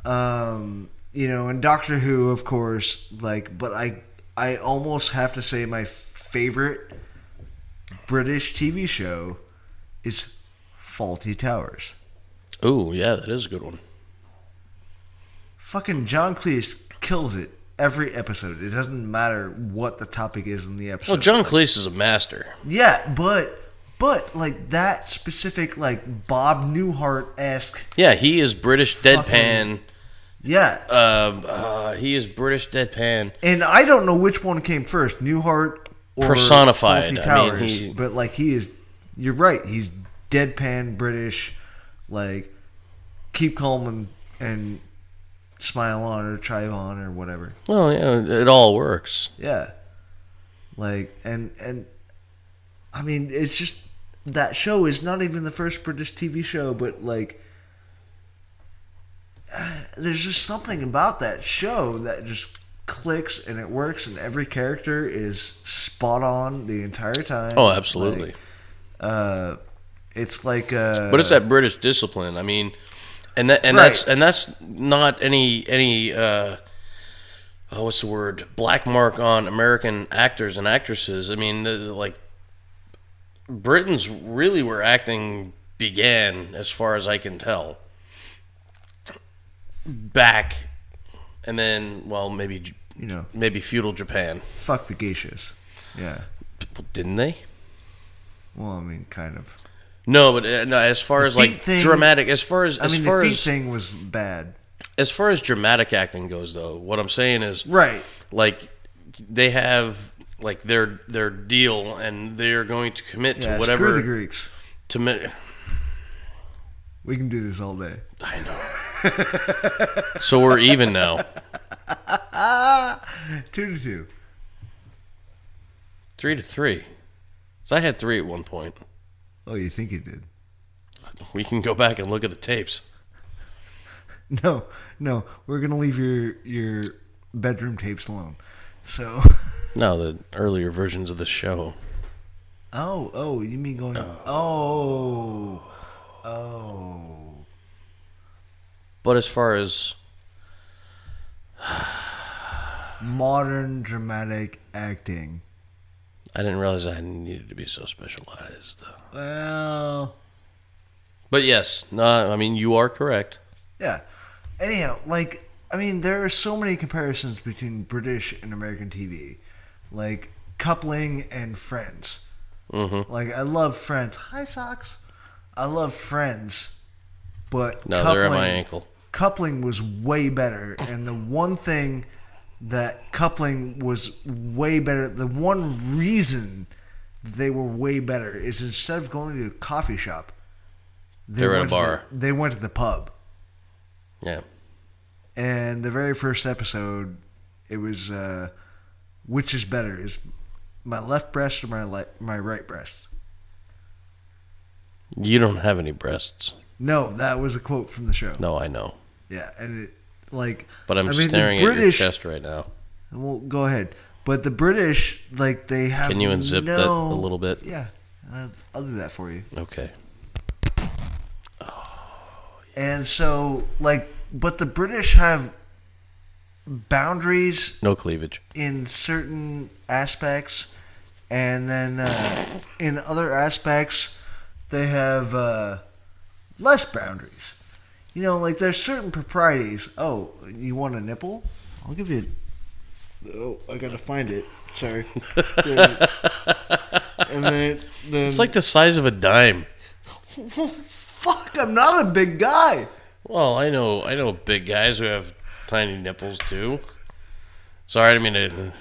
B: Um, you know, and Doctor Who, of course. Like, but I I almost have to say my favorite British TV show is Faulty Towers.
A: Ooh, yeah, that is a good one.
B: Fucking John Cleese kills it every episode. It doesn't matter what the topic is in the episode.
A: Well, Oh, John Cleese is a master.
B: Yeah, but but like that specific like Bob Newhart esque.
A: Yeah, he is British deadpan.
B: Fucking- Yeah,
A: Uh, uh, he is British deadpan.
B: and I don't know which one came first, Newhart or
A: Personified,
B: Fawlty
A: I mean,
B: Towers.
A: he-
B: But like he is, you're right. He's deadpan British. Like keep calm and and smile on or chive on or whatever.
A: Well, yeah, it all works.
B: Yeah. Like and and I mean it's just that show is not even the first British TV show, but like there's just something about that show that just clicks and it works and every character is spot on the entire time.
A: Oh, absolutely.
B: Like, uh it's like uh
A: but it's that British discipline. I mean, and that and
B: Right.
A: that's and that's not any any uh, oh, what's the word? Black mark on American actors and actresses. I mean, the, like Britain's really where acting began, as far as I can tell. Back, and then well, maybe J-
B: you know,
A: maybe feudal Japan,
B: fuck the geishas. Yeah.
A: didn't they?
B: Well, I mean kind of.
A: No, but uh, no, as far as
B: feet
A: like
B: thing-
A: dramatic, as far as
B: I
A: as
B: mean the
A: far
B: feet
A: as
B: thing was bad.
A: as far as dramatic acting goes, though, what I'm saying is
B: Right.
A: like they have like their their deal, and they're going to commit
B: Yeah,
A: to
B: screw the
A: whatever
B: Greeks.
A: to. Mi-
B: We can do this all day.
A: I know. so we're even now,
B: Ah, Two to two.
A: three to three. So I had three at one point.
B: Oh, you think you did?
A: We can go back and look at the tapes.
B: No, no. We're gonna leave your your bedroom tapes alone. So,
A: No, the earlier versions of the show.
B: oh, oh, you mean going? Oh, oh.
A: But as far as
B: Modern dramatic acting.
A: I didn't realize I needed to be so specialized.
B: Well,
A: But yes, no, I mean you are correct.
B: yeah. Anyhow, like I mean, there are so many comparisons between British and American TV, like coupling and Friends.
A: hmm
B: Like I love Friends. Hi socks. I love Friends, but
A: No, they're at my ankle.
B: coupling was way better. And the one thing that coupling was way better, the one reason they were way better is instead of going to a coffee shop, they
A: They were at a
B: went to
A: bar.
B: the- they went to the pub.
A: Yeah.
B: And the very first episode, it was uh, which is better is my left breast or my le- my right breast.
A: You don't have any breasts.
B: No, that was a quote from the show.
A: No, I know,
B: Yeah, and it like
A: but I'm
B: I mean, the
A: staring at your
B: British-
A: chest right now.
B: well, go ahead. But the British, like they have.
A: Can you unzip
B: no,
A: that a little bit?
B: Yeah, uh, I'll do that for you.
A: Okay.
B: And so, like, but the British have boundaries
A: No cleavage.
B: in certain aspects, and then uh, in other aspects, they have uh, less boundaries. You know, like there's certain proprieties. Oh, you want a nipple? I'll give you. Oh, I gotta find it. Sorry. There. and then, then
A: It's like the size of a dime.
B: fuck. I'm not a big guy.
A: Well, I know, I know big guys who have tiny nipples too. Sorry, I didn't mean to.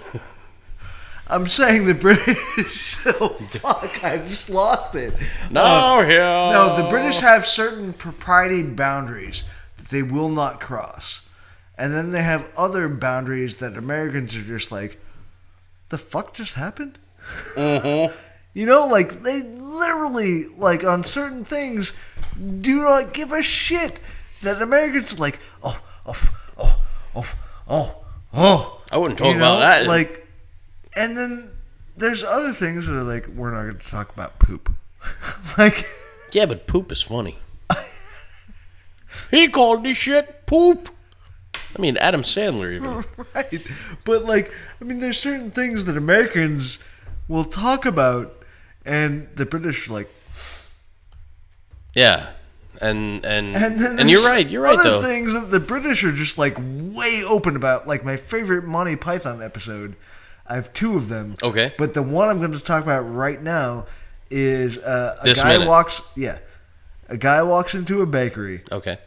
B: I'm saying the British. oh fuck! I just lost it.
A: No, here.
B: No, the British
A: Oh.
B: have certain propriety boundaries that they will not cross. And then they have other boundaries that Americans are just like, the fuck just happened?
A: Mm-hmm.
B: You know, like, they literally, like, on certain things, do not give a shit that Americans are like, oh, oh, oh, oh, oh, oh.
A: I wouldn't talk about that.
B: Like, and then there's other things that are like, we're not going to talk about poop. like,.
A: Yeah, but poop is funny. he called this shit poop. I mean, Adam Sandler even.
B: right. But like, I mean, there's certain things that Americans will talk about, and the British are like.
A: Yeah, and and
B: And
A: and,
B: then
A: you're
B: there's
A: right. You're right
B: other
A: though.
B: Things that the British are just like way open about. Like my favorite Monty Python episode. I have two of them.
A: Okay.
B: But the one I'm going to talk about right now is uh, a
A: This
B: guy
A: minute.
B: walks. Yeah. A guy walks into a bakery
A: Okay.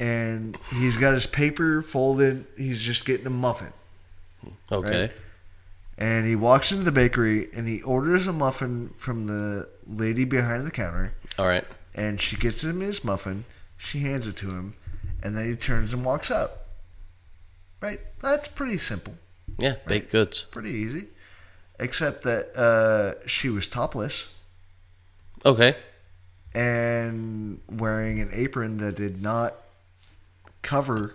B: and he's got his paper folded. He's just getting a muffin.
A: Okay.
B: and he walks into the bakery and he orders a muffin from the lady behind the counter
A: All right.
B: and she gets him his muffin she hands it to him and then he turns and walks up right that's pretty simple
A: Yeah, baked goods.
B: pretty easy except that uh, she was topless
A: Okay.
B: and wearing an apron that did not cover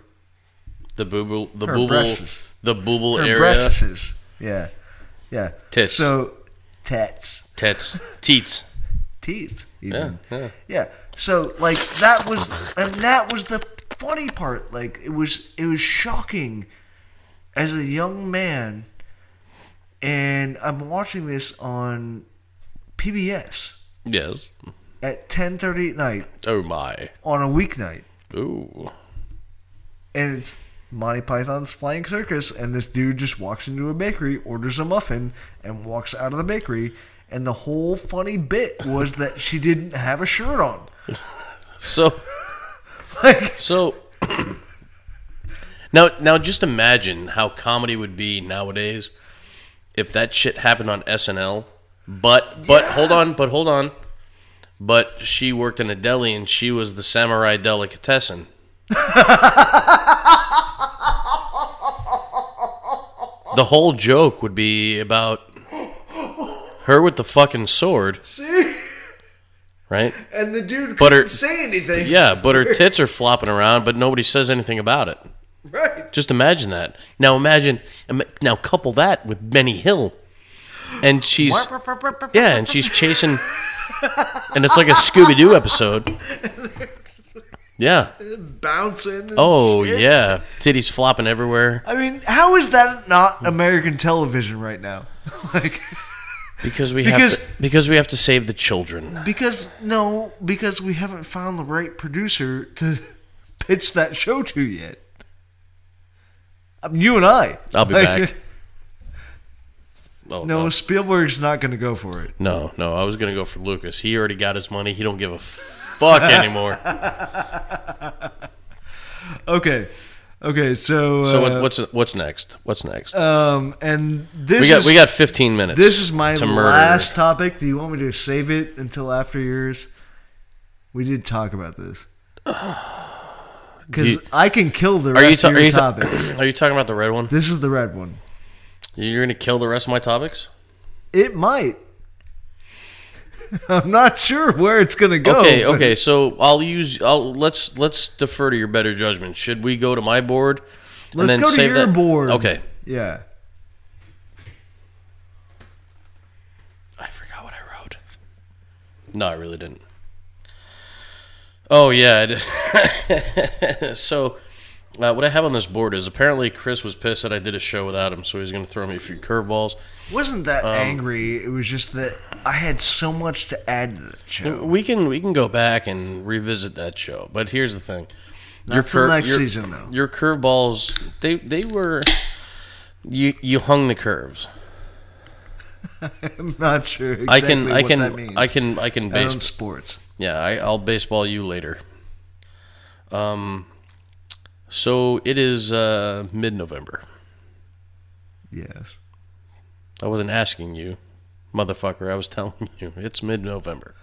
A: The booble, the
B: Her
A: booble,
B: breasts.
A: the booble
B: her
A: area,
B: breasts yeah yeah
A: Tits.
B: so tats
A: tits, teats.
B: teased
A: Yeah,
B: even.
A: yeah.
B: Yeah. So like that was and that was the funny part. Like it was it was shocking as a young man and I'm watching this on PBS
A: Yes.
B: at 10:30 at night
A: Oh my.
B: on a weeknight
A: Ooh.
B: and it's Monty Python's Flying Circus and this dude just walks into a bakery, orders a muffin and walks out of the bakery and the whole funny bit was that she didn't have a shirt on.
A: So,
B: Like
A: so. now, now, just imagine how comedy would be nowadays if that shit happened on SNL. But, but hold on, but hold on. But she worked in a deli and she was the samurai delicatessen. the whole joke would be about her with the fucking sword,
B: See?
A: right?
B: And the dude couldn't
A: But her-
B: say anything.
A: Yeah, but her tits are flopping around, but nobody says anything about it.
B: Right.
A: Just imagine that. Now imagine. im- Now couple that with Benny Hill, and she's yeah, and she's chasing, and it's like a Scooby Doo episode. Yeah.
B: Bouncing. and
A: Oh
B: shit.
A: yeah, titties flopping everywhere
B: I mean, how is that not American television right now? like,
A: because we
B: Because-
A: have to, because we have to save the children.
B: because, no, because we haven't found the right producer to pitch that show to yet. Um, you and I.
A: I'll be
B: Like,
A: back. Oh,
B: No, Spielberg's not going to go for it.
A: No, no, I was gonna go for Lucas. He already got his money. He don't give a fuck anymore.
B: Okay. Okay, so.
A: So
B: uh,
A: what, what's what's next? What's next?
B: Um, and this
A: we got
B: is,
A: we got 15 minutes.
B: This is my
A: to murder.
B: last topic. Do you want me to save it until after yours? We did talk about this. Because
A: You-
B: I can kill the
A: Are you
B: rest
A: ta-
B: of
A: are
B: your
A: you ta-
B: topics.
A: are you talking about the red one?
B: this is the red one.
A: You're gonna kill the rest of my topics?
B: It might. I'm not sure where it's gonna go.
A: okay,
B: but-
A: okay. So I'll use. I'll let's let's defer to your better judgment. Should we go to my board? and
B: Let's
A: then
B: go to
A: save
B: your
A: that-
B: board.
A: Okay.
B: Yeah.
A: I forgot what I wrote. No, I really didn't. Oh yeah. I did. so, uh, what I have on this board is apparently Chris was pissed that I did a show without him, so he's going to throw me a few curveballs.
B: Wasn't that
A: Um,
B: angry? It was just that I had so much to add to the show.
A: We can we can go back and revisit that show, but here's the thing. your
B: till next
A: your-
B: season, though.
A: Your curveballs, they they were. You you hung the curves.
B: I'm not sure exactly
A: I can I
B: what
A: can
B: that means.
A: I can I can
B: I don't
A: base
B: sports.
A: Yeah, I, I'll baseball you later. Um, so it is uh, mid-November.
B: Yes.
A: I wasn't asking you, motherfucker. I was telling you it's mid-November.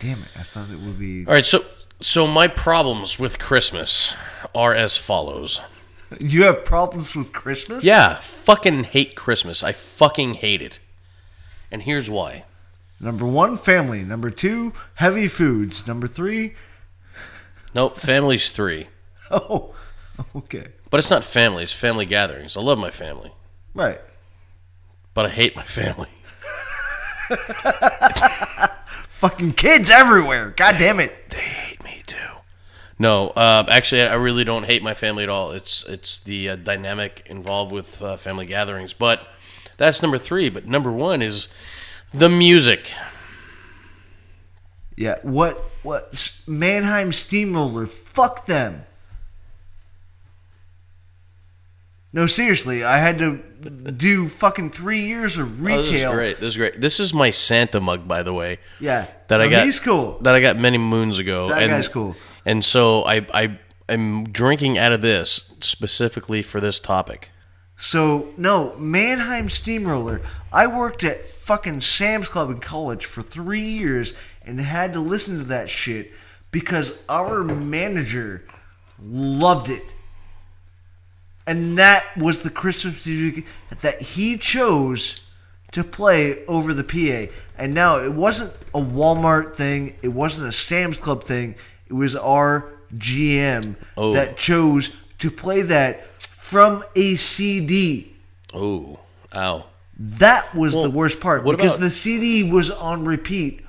B: Damn it! I thought it would be.
A: All right, so so my problems with Christmas are as follows.
B: You have problems with Christmas?
A: Yeah, fucking hate Christmas. I fucking hate it. And here's why.
B: Number one, family. Number two, heavy foods. Number three,
A: Nope, family's three,
B: oh, okay,
A: but it's not families. Family gatherings. I love my family,
B: right.
A: but I hate my family.
B: Fucking kids everywhere. God damn it.
A: They hate me too. No, uh, actually, I really don't hate my family at all. It's it's the uh, dynamic involved with uh, family gatherings, but that's number three. But number one is the music.
B: Yeah. What? What? S- Mannheim Steamroller. Fuck them. No, seriously, I had to do fucking three years of
A: Oh, this is
B: retail.
A: great. This is great. This is my Santa mug, by the way.
B: Yeah.
A: That I
B: No,
A: got.
B: He's cool.
A: That I got many moons ago.
B: That
A: and,
B: guy's cool.
A: And so I I am drinking out of this specifically for this topic.
B: So no, Mannheim Steamroller. I worked at fucking Sam's Club in college for three years and had to listen to that shit because our manager loved it. And that was the Christmas music that he chose to play over the PA. And now it wasn't a Walmart thing, it wasn't a Sam's Club thing, it was our GM
A: Oh.
B: that chose to play that from a CD.
A: Oh, ow.
B: That was the worst part
A: what
B: because
A: about-
B: the CD was on repeat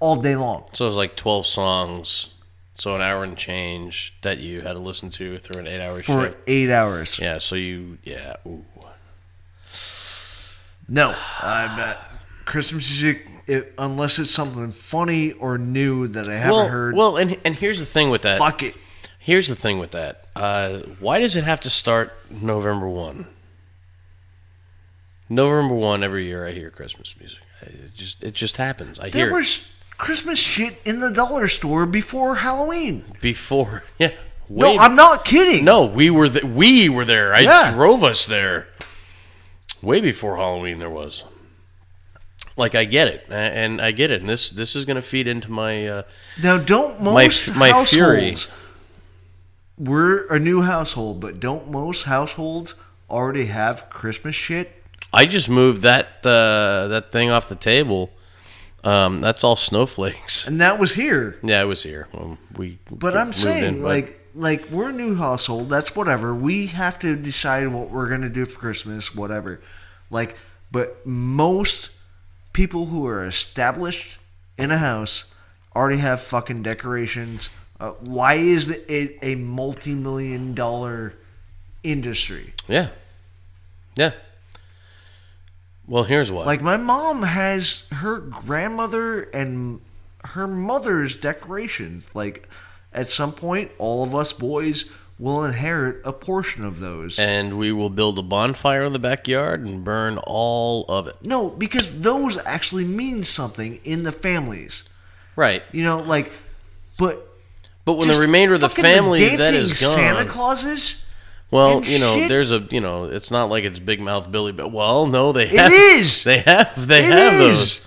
B: all day long.
A: So it was like twelve songs, so an hour and change that you had to listen to through an eight-hour
B: For
A: shift.
B: eight hours.
A: Yeah, so you, yeah, ooh.
B: No, I'm not. Christmas music, it, unless it's something funny or new that I haven't
A: Well,
B: heard.
A: well, and and here's the thing with that.
B: fuck it.
A: Here's the thing with that. Uh, why does it have to start November one? November one every year, I hear Christmas music. I- It just it just happens. I
B: There
A: hear it
B: was Christmas shit in the dollar store before Halloween.
A: before. Yeah,
B: No,
A: way
B: I'm not kidding.
A: No, we were th- we were there. I
B: Yeah.
A: drove us there. Way before Halloween there was. Like I get it, a- and I get it. And this this is going to feed into my uh,
B: Now, don't
A: My
B: most
A: f- my
B: households.
A: fury.
B: We're a new household, but don't most households already have Christmas shit?
A: I just moved that uh, that thing off the table. Um, that's all snowflakes.
B: And that was here.
A: Yeah, it was here. Well, we
B: But
A: we
B: I'm
A: moved
B: saying,
A: in, but-
B: like, like we're a new household. That's whatever. We have to decide what we're gonna do for Christmas, whatever. Like, but most people who are established in a house already have fucking decorations. Uh, why is it a multi-million dollar industry?
A: yeah, yeah. Well, here's what.
B: Like my mom has her grandmother and her mother's decorations. Like at some point, all of us boys will inherit a portion of those.
A: and we will build a bonfire in the backyard and burn all of it.
B: No, because those actually mean something in the families.
A: Right.
B: You know, like, but
A: But when
B: just
A: the remainder of the
B: fucking
A: family that
B: dancing
A: is gone,
B: Santa Clauses.
A: well,
B: and
A: you know,
B: shit.
A: there's a you know, it's not like it's Big Mouth Billy, but well, no, they
B: It
A: have,
B: is.
A: they have, they
B: It
A: have
B: is.
A: those,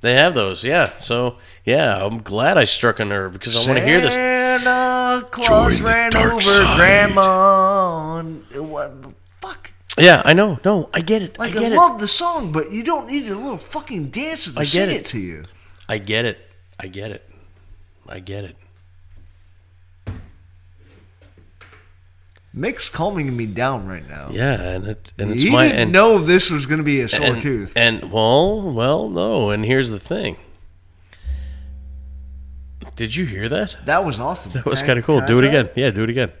A: they have those, yeah. So yeah, I'm glad I struck a nerve because I want to hear this.
B: Santa Claus
A: Join the
B: ran
A: dark
B: over
A: side.
B: grandma. and- What? Fuck.
A: Yeah, I know, no, I get it,
B: Like
A: I
B: I,
A: get it,
B: love the song, but you don't need a little fucking dancer to
A: I get
B: sing it.
A: it.
B: to you.
A: I get it. I get it. I get it.
B: Mick's calming me down right now.
A: Yeah, and it and it's
B: you
A: my
B: didn't
A: and
B: know this was going to be a sore
A: and,
B: tooth.
A: and well, well, no. And here's the thing. Did you hear that?
B: that was awesome.
A: That was
B: Can I-
A: kind of cool.
B: can I
A: Do it
B: try
A: again. Yeah, do it again.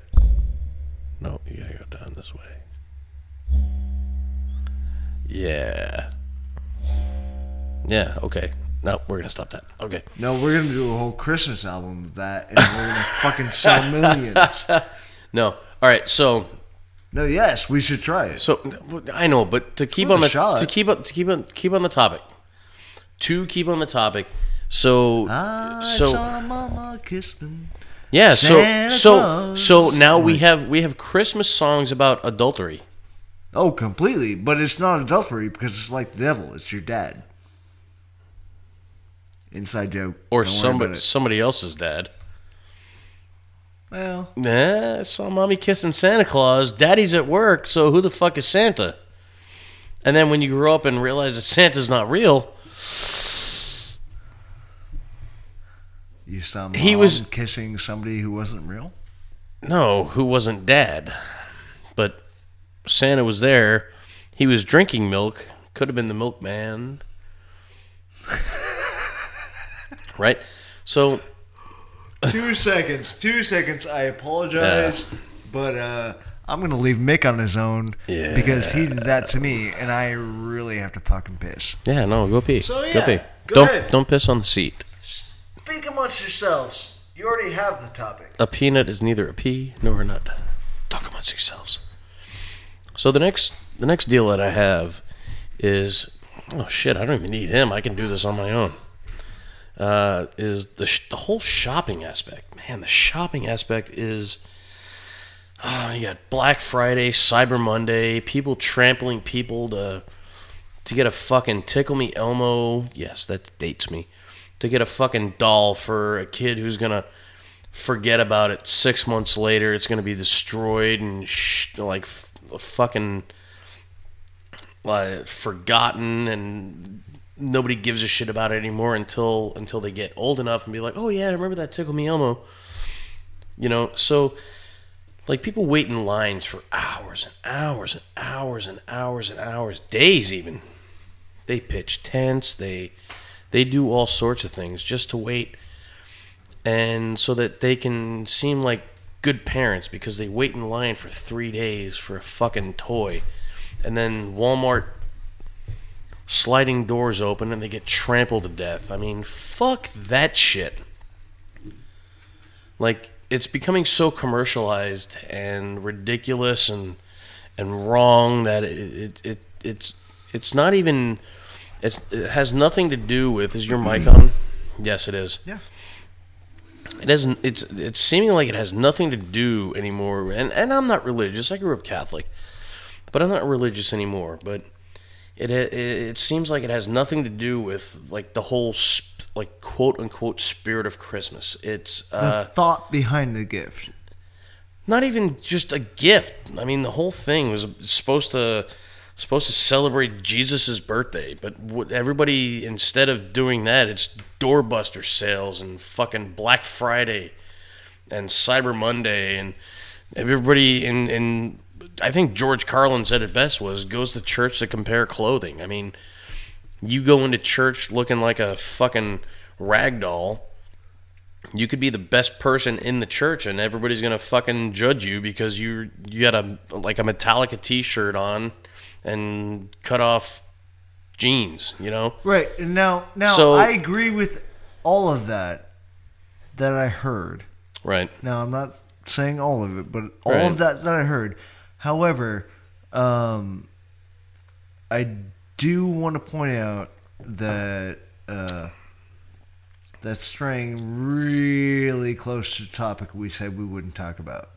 A: No, you gotta go down this way. Yeah. Yeah. Okay. No, we're gonna stop that. Okay.
B: No, we're going to do a whole Christmas album of that, and we're going to fucking sell millions.
A: No. All right. So,
B: No, yes, we should try it.
A: so I know, but to keep
B: worth
A: on
B: a
A: the
B: shot.
A: to keep on to keep on keep on the topic, to keep on the topic. So,
B: I
A: so
B: saw Mama kissing.
A: yeah. So,
B: Santa
A: so,
B: Claus.
A: so now we have we have Christmas songs about adultery.
B: Oh, completely. But it's not adultery because it's like the devil. It's your dad. Inside joke.
A: Or
B: Don't worry
A: somebody
B: about it.
A: somebody else's dad.
B: Well,
A: Nah, I saw mommy kissing Santa Claus. Daddy's at work, so who the fuck is Santa? And then when you grow up and realize that Santa's not real,
B: you saw mom
A: He was-
B: kissing somebody who wasn't real.
A: no, who wasn't dad? But Santa was there. He was drinking milk. Could have been the milkman. right? So,
B: two seconds. Two seconds. I apologize, but uh, I'm gonna leave Mick on his own
A: Yeah.
B: because he did that to me, and I really have to fucking piss.
A: yeah, no, go pee.
B: So,
A: go
B: yeah,
A: pee.
B: go
A: don't
B: ahead.
A: don't piss on the seat.
B: Speak amongst yourselves. You already have the topic.
A: a peanut is neither a pea nor a nut. Talk amongst yourselves. So the next the next deal that I have is oh shit, I don't even need him. I can do this on my own. Uh, is the sh- the whole shopping aspect? Man, the shopping aspect is. Oh, you got Black Friday, Cyber Monday, people trampling people to to get a fucking tickle me Elmo. Yes, that dates me. To get a fucking doll for a kid who's gonna forget about it six months later. It's going to be destroyed and sh- like f- fucking like forgotten, and nobody gives a shit about it anymore until until they get old enough and be like, oh yeah, I remember that Tickle Me Elmo. You know, so like people wait in lines for hours and hours and hours and hours and hours, days even. They pitch tents. They they do all sorts of things just to wait and so that they can seem like good parents because they wait in line for three days for a fucking toy and then walmart sliding doors open and they get trampled to death i mean fuck that shit like it's becoming so commercialized and ridiculous and and wrong that it, it, it it's it's not even it's, it has nothing to do with is your mic on yes it is
B: Yeah.
A: it hasn't it's it's seeming like it has nothing to do anymore and and I'm not religious I grew up Catholic but I'm not religious anymore but it it, it seems like it has nothing to do with like the whole sp- like quote unquote spirit of Christmas it's
B: The
A: uh
B: thought behind the gift.
A: not even just a gift I mean the whole thing was supposed to supposed to celebrate Jesus's birthday but what, everybody instead of doing that it's doorbuster sales and fucking Black Friday and Cyber Monday and everybody in in I think George Carlin said it best was goes to church to compare clothing. I mean, you go into church looking like a fucking rag doll. You could be the best person in the church, and everybody's gonna fucking judge you because you you got a like a Metallica T-shirt on and cut off jeans. You know,
B: Right. and Now now
A: So-
B: I agree with all of that that I heard.
A: right?
B: Now I'm not saying all of it, but all
A: Right.
B: of that that I heard. However, um I do want to point out that uh that's straying really close to the topic we said we wouldn't talk about.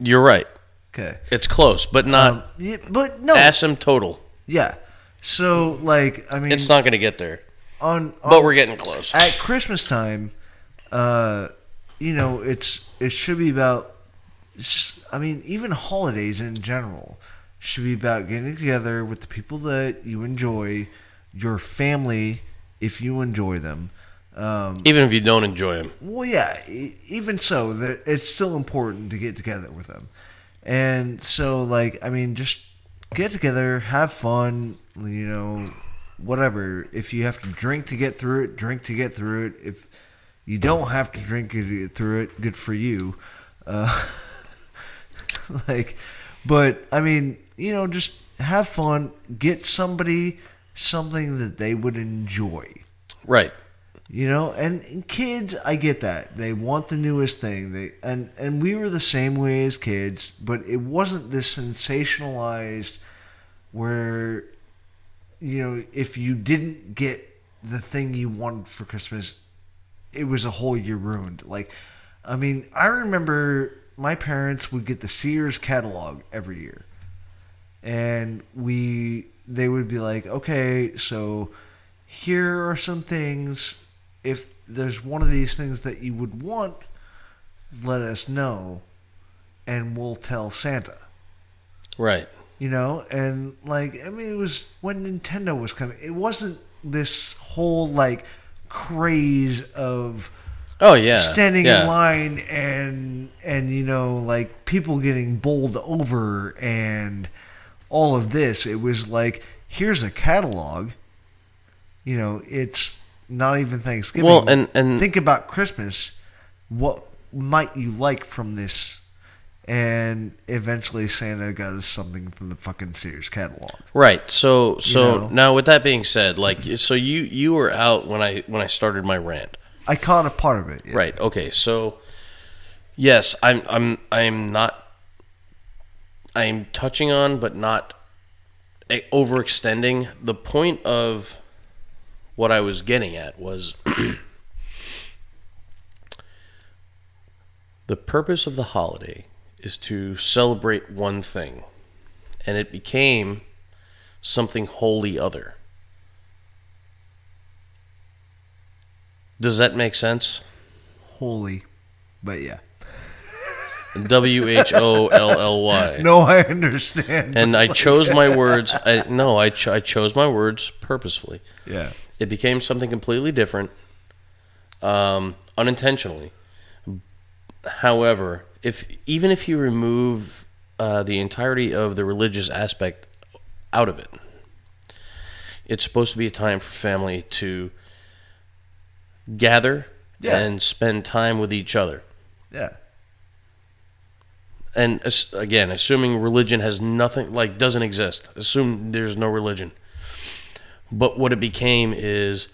A: You're right.
B: Okay.
A: It's close, but not
B: Um, yeah, but no.
A: asymptotal.
B: yeah. So like I mean
A: It's not gonna get there,
B: on, on
A: but we're getting close.
B: at Christmas time, uh, you know, it's it should be about. s- I mean, even holidays in general, should be about getting together with the people that you enjoy, your family, if you enjoy them. Um,
A: Even if you don't enjoy them.
B: well, yeah, e- even so, that it's still important to get together with them. And so, like, I mean, just get together, have fun, you know, whatever. If you have to drink to get through it, drink to get through it. If you don't have to drink to get through it, good for you. Uh, like, but I mean, you know, just have fun, get somebody something that they would enjoy.
A: Right.
B: You know, and, and kids, I get that they want the newest thing. They and and we were the same way as kids, but it wasn't this sensationalized where you know if you didn't get the thing you wanted for Christmas, it was a whole year ruined. Like, I mean, I remember my parents would get the Sears catalog every year and we they would be like, okay, so here are some things. If there's one of these things that you would want, let us know, and we'll tell Santa.
A: Right.
B: You know, and like I mean, it was when Nintendo was coming. It wasn't this whole like craze of
A: Oh yeah.
B: standing
A: yeah.
B: in line and and you know like people getting bowled over and all of this it was like here's a catalog you know it's not even thanksgiving
A: Well, and- and-
B: think about christmas what might you like from this and eventually santa got us something from the fucking sears catalog
A: Right. So so
B: know?
A: now with that being said, like so you you were out when I when I started my rant.
B: i caught a part of it yeah.
A: Right. Okay. So yes, I'm I'm I'm not I'm touching on but not eh, overextending. The point of what I was getting at was the purpose of the holiday is to celebrate one thing and it became something wholly other. Does that make sense?
B: holy but yeah
A: W H O L L Y.
B: no i understand
A: And I chose my words. I, no, I, ch- I chose my words purposefully.
B: yeah
A: It became something completely different, um, unintentionally. However, if even if you remove uh, the entirety of the religious aspect out of it, it's supposed to be a time for family to gather
B: Yeah.
A: and spend time with each other.
B: yeah
A: and as- again, assuming religion has nothing, like doesn't exist, assume there's no religion. But what it became is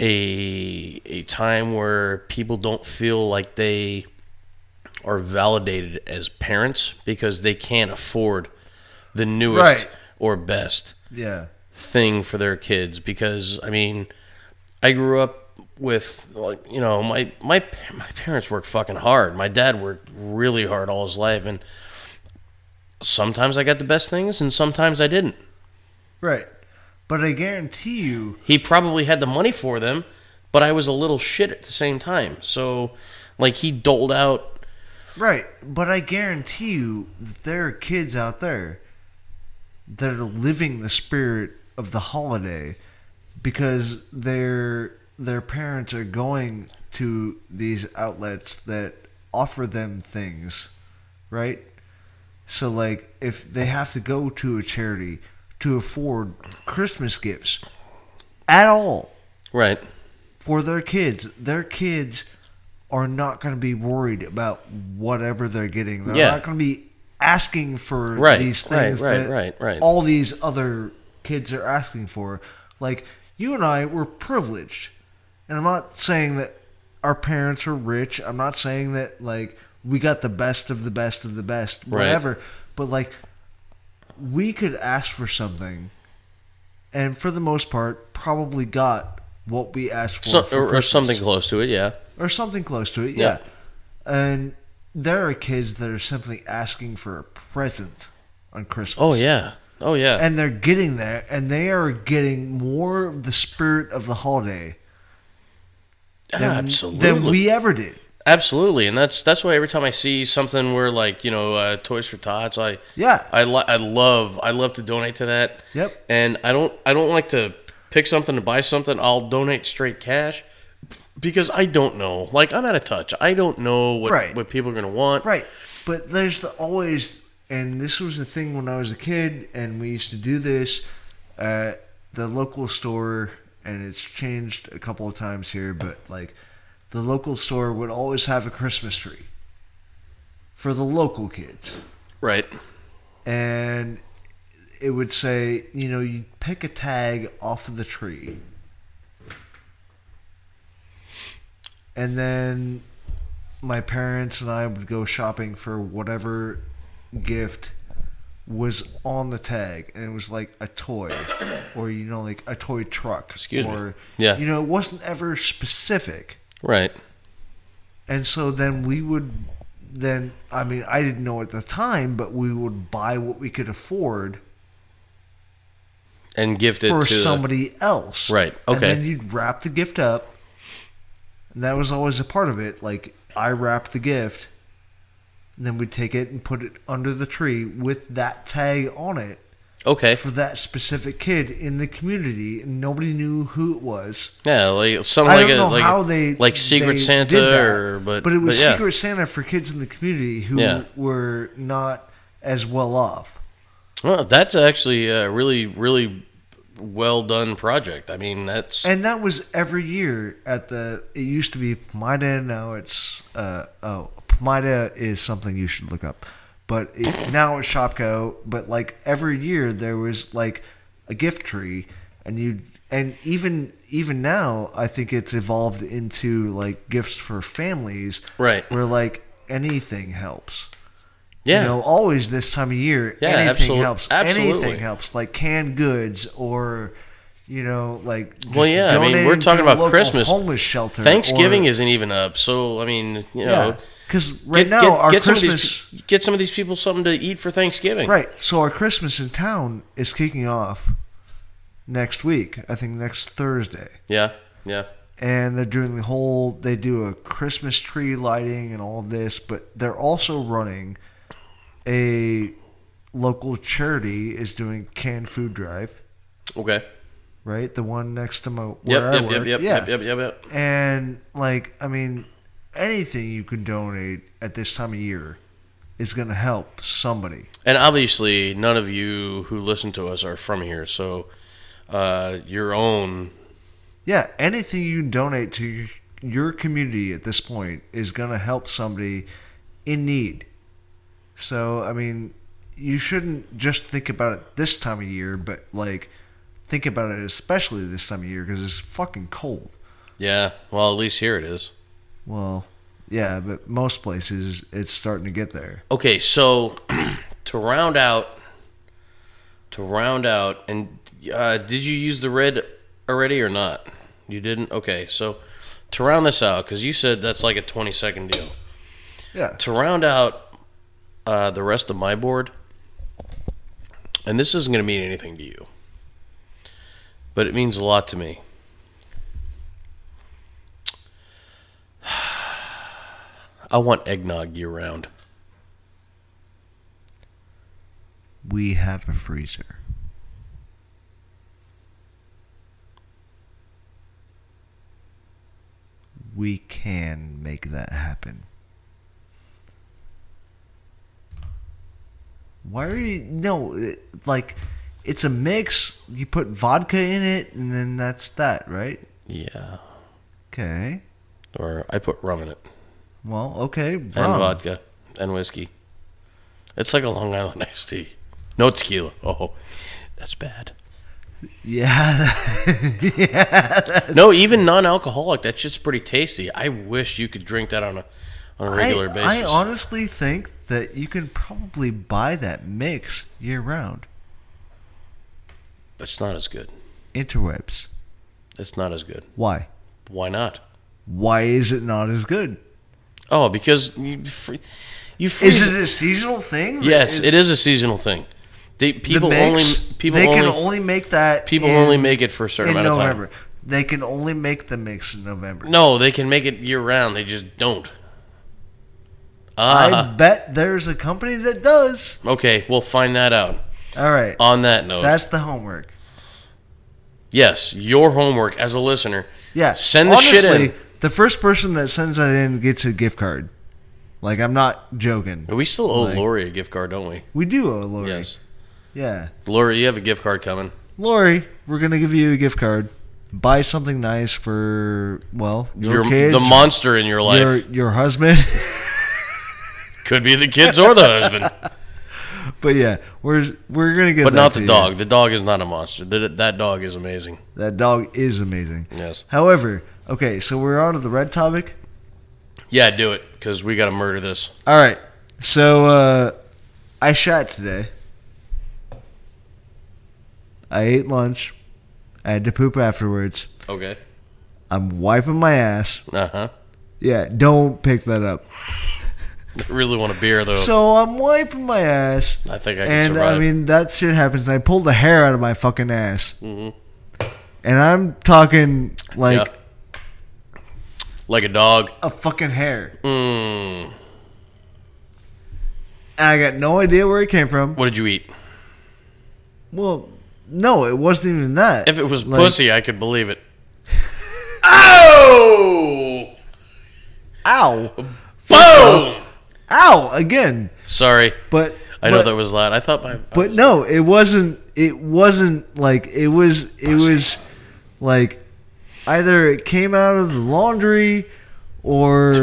A: a a time where people don't feel like they are validated as parents because they can't afford the newest
B: Right.
A: or best
B: yeah
A: thing for their kids because I mean, I grew up with like you know my my pa- my parents worked fucking hard. My dad worked really hard all his life, and sometimes I got the best things, and sometimes I didn't.
B: Right. But I guarantee you,
A: He probably had the money for them, but I was a little shit at the same time. So, like he doled out.
B: right, but I guarantee you that there are kids out there that are living the spirit of the holiday because their their parents are going to these outlets that offer them things, right? So like if they have to go to a charity to afford Christmas gifts at all,
A: Right.
B: for their kids. Their kids are not going to be worried about whatever they're getting. They're
A: Yeah.
B: not going to be asking for
A: Right,
B: these
A: right,
B: things
A: right,
B: that
A: right, right.
B: all these other kids are asking for. Like you and I were privileged, and I'm not saying that our parents were rich. I'm not saying that like we got the best of the best of the best,
A: Right.
B: whatever. But like we could ask for something and for the most part, probably got what we asked for,
A: So,
B: for
A: or, or
B: Christmas.
A: something close to it. Yeah.
B: or something close to it.
A: Yeah.
B: Yeah. and there are kids that are simply asking for a present on Christmas.
A: Oh yeah. Oh yeah.
B: and they're getting there, and they are getting more of the spirit of the holiday than,
A: Absolutely.
B: than we ever did.
A: Absolutely, and that's that's why every time I see something where like you know uh, Toys for Tots, I
B: Yeah.
A: I li- I love I love to donate to that.
B: Yep.
A: And I don't I don't like to pick something to buy something. I'll donate straight cash because I don't know. Like I'm out of touch. I don't know what
B: Right.
A: what people are gonna want.
B: Right. But there's the always, and this was the thing when I was a kid, and we used to do this at the local store, and it's changed a couple of times here, but like the local store would always have a Christmas tree for the local kids.
A: Right.
B: And it would say, you know, you pick a tag off of the tree. And then my parents and I would go shopping for whatever gift was on the tag and it was like a toy or you know like a toy truck
A: Excuse me.
B: or
A: Yeah.
B: you know it wasn't ever specific
A: Right.
B: and so then we would then I mean I didn't know at the time but we would buy what we could afford
A: And gift it
B: for
A: to the-
B: somebody else.
A: Right,
B: And
A: okay.
B: then you'd wrap the gift up. And that was always a part of it. Like I wrapped the gift. And then we'd take it and put it under the tree with that tag on it
A: okay.
B: for that specific kid in the community and nobody knew who it was.
A: Yeah, like some
B: I
A: like
B: don't
A: a
B: know
A: like,
B: how they
A: like Secret
B: they
A: Santa
B: did that,
A: or but
B: it was
A: yeah.
B: Secret Santa for kids in the community who
A: Yeah.
B: were not as well off.
A: Well, that's actually a really really well done project. I mean, that's
B: And that was every year at the. It used to be Pomida. Now it's uh, oh, Pomida is something you should look up. But it, now it's Shopko. But like every year there was like a gift tree, and you and even even now I think it's evolved into like gifts for families,
A: Right.
B: Where like anything helps.
A: yeah.
B: You know, always this time of year,
A: Yeah,
B: anything
A: absolute-
B: helps.
A: absolutely.
B: Anything helps, like canned goods or, you know, like. Just
A: Well, yeah, I mean, we're
B: donating
A: talking
B: to a
A: about
B: local
A: Christmas.
B: homeless shelter.
A: Thanksgiving
B: or,
A: isn't even up, so I mean, you know,
B: yeah, because right now our Christmas,
A: Some of these, get some of these people something to eat for Thanksgiving.
B: right? So our Christmas in town is kicking off next week. I think next Thursday,
A: Yeah. Yeah.
B: and they're doing the whole. They do a Christmas tree lighting and all this, but they're also running a local charity is doing canned food drive.
A: Okay.
B: right? The one next to my
A: Yep.
B: where I
A: Yep.
B: work.
A: Yep. Yep.
B: yeah.
A: Yep. Yep. Yep. Yep.
B: And like, I mean, anything you can donate at this time of year is going to help somebody.
A: And obviously, none of you who listen to us are from here, so uh, your own.
B: Yeah, anything you donate to your, your community at this point is going to help somebody in need. So, I mean, you shouldn't just think about it this time of year, but like think about it especially this time of year because it's fucking cold.
A: Yeah. Well, at least here it is.
B: Well, yeah, but most places it's starting to get there.
A: Okay, so to round out, to round out, and uh, did you use the red already or not? You didn't. Okay, so to round this out, because you said that's like a twenty-second deal.
B: Yeah.
A: To round out uh, the rest of my board, and this isn't going to mean anything to you, but it means a lot to me. I want eggnog year round.
B: We have a freezer. We can make that happen. Why are you no it, like it's a mix. You put vodka in it and then that's that, right?
A: Yeah.
B: Okay.
A: or I put rum in it
B: Well, okay.
A: and
B: rum.
A: vodka and whiskey. It's like a Long Island iced tea. No tequila. Oh, that's bad.
B: Yeah. yeah.
A: No, even non-alcoholic. That shit's pretty tasty. I wish you could drink that on a on a regular
B: I,
A: basis.
B: I honestly think that you can probably buy that mix year round.
A: but it's not as good.
B: Interwebs.
A: It's not as good.
B: Why?
A: Why not?
B: Why is it not as good?
A: Oh, because you fr- you freeze.
B: Is it a seasonal thing?
A: yes, it is a seasonal thing. They, people only people
B: they
A: only
B: can only make that
A: people
B: in,
A: only make it for a certain
B: in
A: amount of time.
B: November. They can only make the mix in November.
A: No, they can make it year round. They just don't. Ah.
B: I bet there's a company that does.
A: Okay, we'll find that out.
B: All right.
A: On that note,
B: That's the homework.
A: yes, your homework as a listener.
B: Yeah.
A: Send the shit in.
B: The first person that sends that in gets a gift card. Like I'm not joking.
A: We still owe
B: Like-
A: Lori a gift card, don't we?
B: We do owe Lori.
A: Yes.
B: Yeah.
A: Lori, you have a gift card coming.
B: Lori, we're gonna give you a gift card. Buy something nice for well, your,
A: Your,
B: kids,
A: the monster in your life
B: your your husband.
A: could be the kids or the husband,
B: but yeah, we're we're gonna get
A: but
B: that
A: not
B: to
A: the
B: you.
A: dog. The dog is not a monster. That, that dog is amazing.
B: That dog is amazing.
A: Yes.
B: However, okay, so we're on to the red topic.
A: Yeah, do it because we got to murder this.
B: All right. So uh, I shot today. I ate lunch. I had to poop afterwards.
A: Okay.
B: I'm wiping my ass.
A: Uh huh.
B: Yeah, don't pick that up.
A: Really want a beer though.
B: So I'm wiping my ass.
A: I think I can
B: and
A: survive.
B: I mean that shit happens. And I pulled the hair out of my fucking ass,
A: Mhm.
B: and I'm talking like
A: Yeah. like a dog.
B: a fucking hair.
A: Mm.
B: And I got no idea where it came from.
A: What did you eat?
B: Well, no, it wasn't even that.
A: If it was
B: Like-
A: pussy, I could believe it. oh!
B: ow,
A: Boom!
B: ow again.
A: Sorry,
B: But
A: I know
B: but-
A: that was loud. I thought my
B: But no, it wasn't. It wasn't like it was. It was like either it came out of the laundry or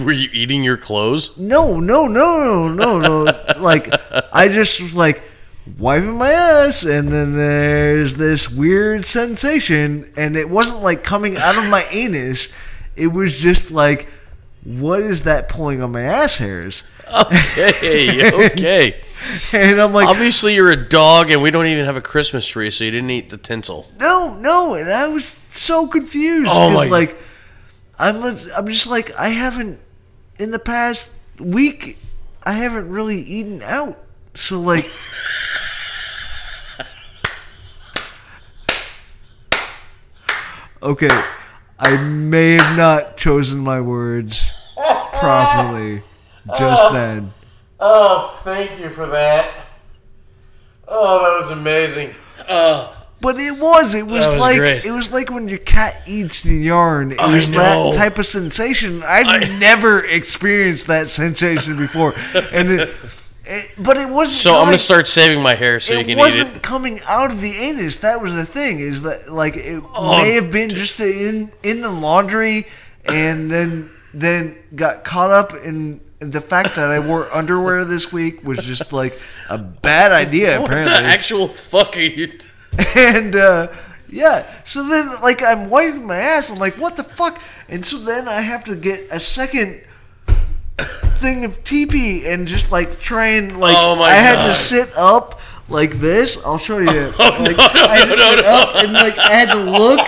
A: were you eating your clothes?
B: no, no, no, no, no, no. like I just was like wiping my ass, and then there's this weird sensation, and it wasn't like coming out of my anus. It was just like, what is that pulling on my ass hairs?
A: Okay, okay.
B: And I'm like,
A: Obviously, you're a dog, and we don't even have a Christmas tree, so you didn't eat the tinsel.
B: No, no, and I was so confused
A: Oh
B: because
A: my-
B: like I'm just- I'm just like I haven't in the past week I haven't really eaten out. So like Okay, I may have not chosen my words properly just then.
A: Oh, thank you for that. Oh, that was amazing. Oh,
B: But it was. It was,
A: That was
B: like
A: great.
B: it was like when your cat eats the yarn. It
A: I
B: was
A: know.
B: that type of sensation. I'd
A: I-
B: never experienced that sensation before, and it, it, but it wasn't.
A: so I'm
B: coming-
A: gonna start saving my hair so you
B: It
A: can eat
B: wasn't
A: it.
B: coming out of the anus. That was the thing. Is that like it
A: Oh,
B: may have been just in in the laundry, and then then got caught up in. The fact that I wore underwear this week was just like a bad idea.
A: What the
B: apparently,
A: actual fuck are you? T-
B: and uh, yeah, so then like I'm wiping my ass. I'm like, what the fuck? And so then I have to get a second thing of TP and just like try and like
A: Oh my
B: I had to
A: God. Oh,
B: sit up like this. I'll show you. like,
A: no, no,
B: I had to
A: no,
B: sit
A: no, no.
B: up and like I had to look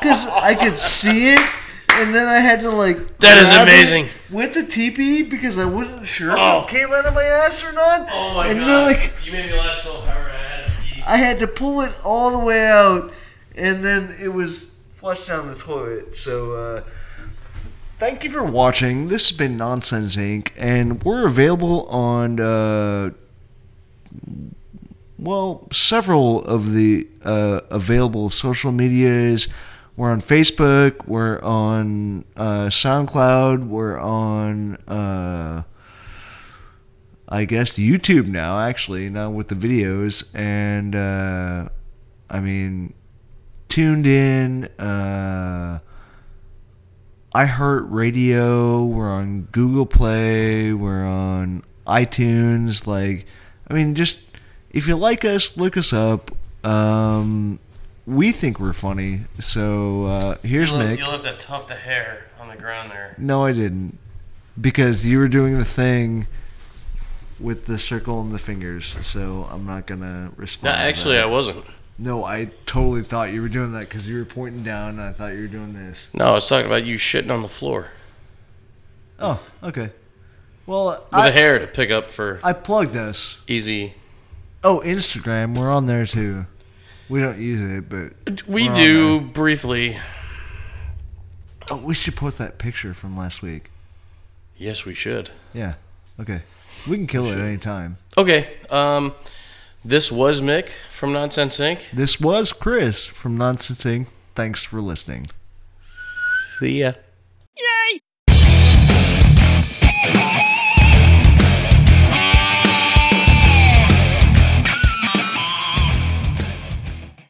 B: because I could see it. And then I had to like
A: That is
B: grab it
A: amazing.
B: with the TP because I wasn't sure
A: Oh.
B: if it came out of my ass or not. and Then, like
A: you made me laugh so hard I had to eat.
B: I had to pull it all the way out, and then it was flushed down the toilet. So, uh, thank you for watching. This has been Nonsense Inc., and we're available on, uh, well, several of the uh, available social medias. We're on Facebook, we're on uh, SoundCloud, we're on. Uh, I guess YouTube now, actually, now with the videos. And uh, I mean, tuned in, uh, iHeart Radio, we're on Google Play, we're on iTunes. Like, I mean, just if you like us, look us up. Um, we think we're funny. So uh, here's
A: You left,
B: Nick.
A: you left a tuft of hair on the ground there.
B: No, I didn't. Because you were doing the thing with the circle and the fingers, so I'm not gonna
A: No,
B: respond. to
A: actually,
B: that.
A: I wasn't.
B: no, I totally thought you were doing that because you were pointing down, and I thought you were doing this.
A: No, I was talking about you shitting on the floor
B: Oh, okay. Well,
A: with a
B: I,
A: hair to pick up for
B: I plugged us.
A: easy.
B: Oh, Instagram, we're on there too. We don't use it, but
A: We
B: We're on
A: do briefly.
B: oh, we should put that picture from last week.
A: Yes, we should.
B: Yeah. Okay. We can kill it at any time.
A: Okay. Um, this was Mick from Nonsense Inc.
B: This was Chris from Nonsense Inc. Thanks for listening.
A: See ya.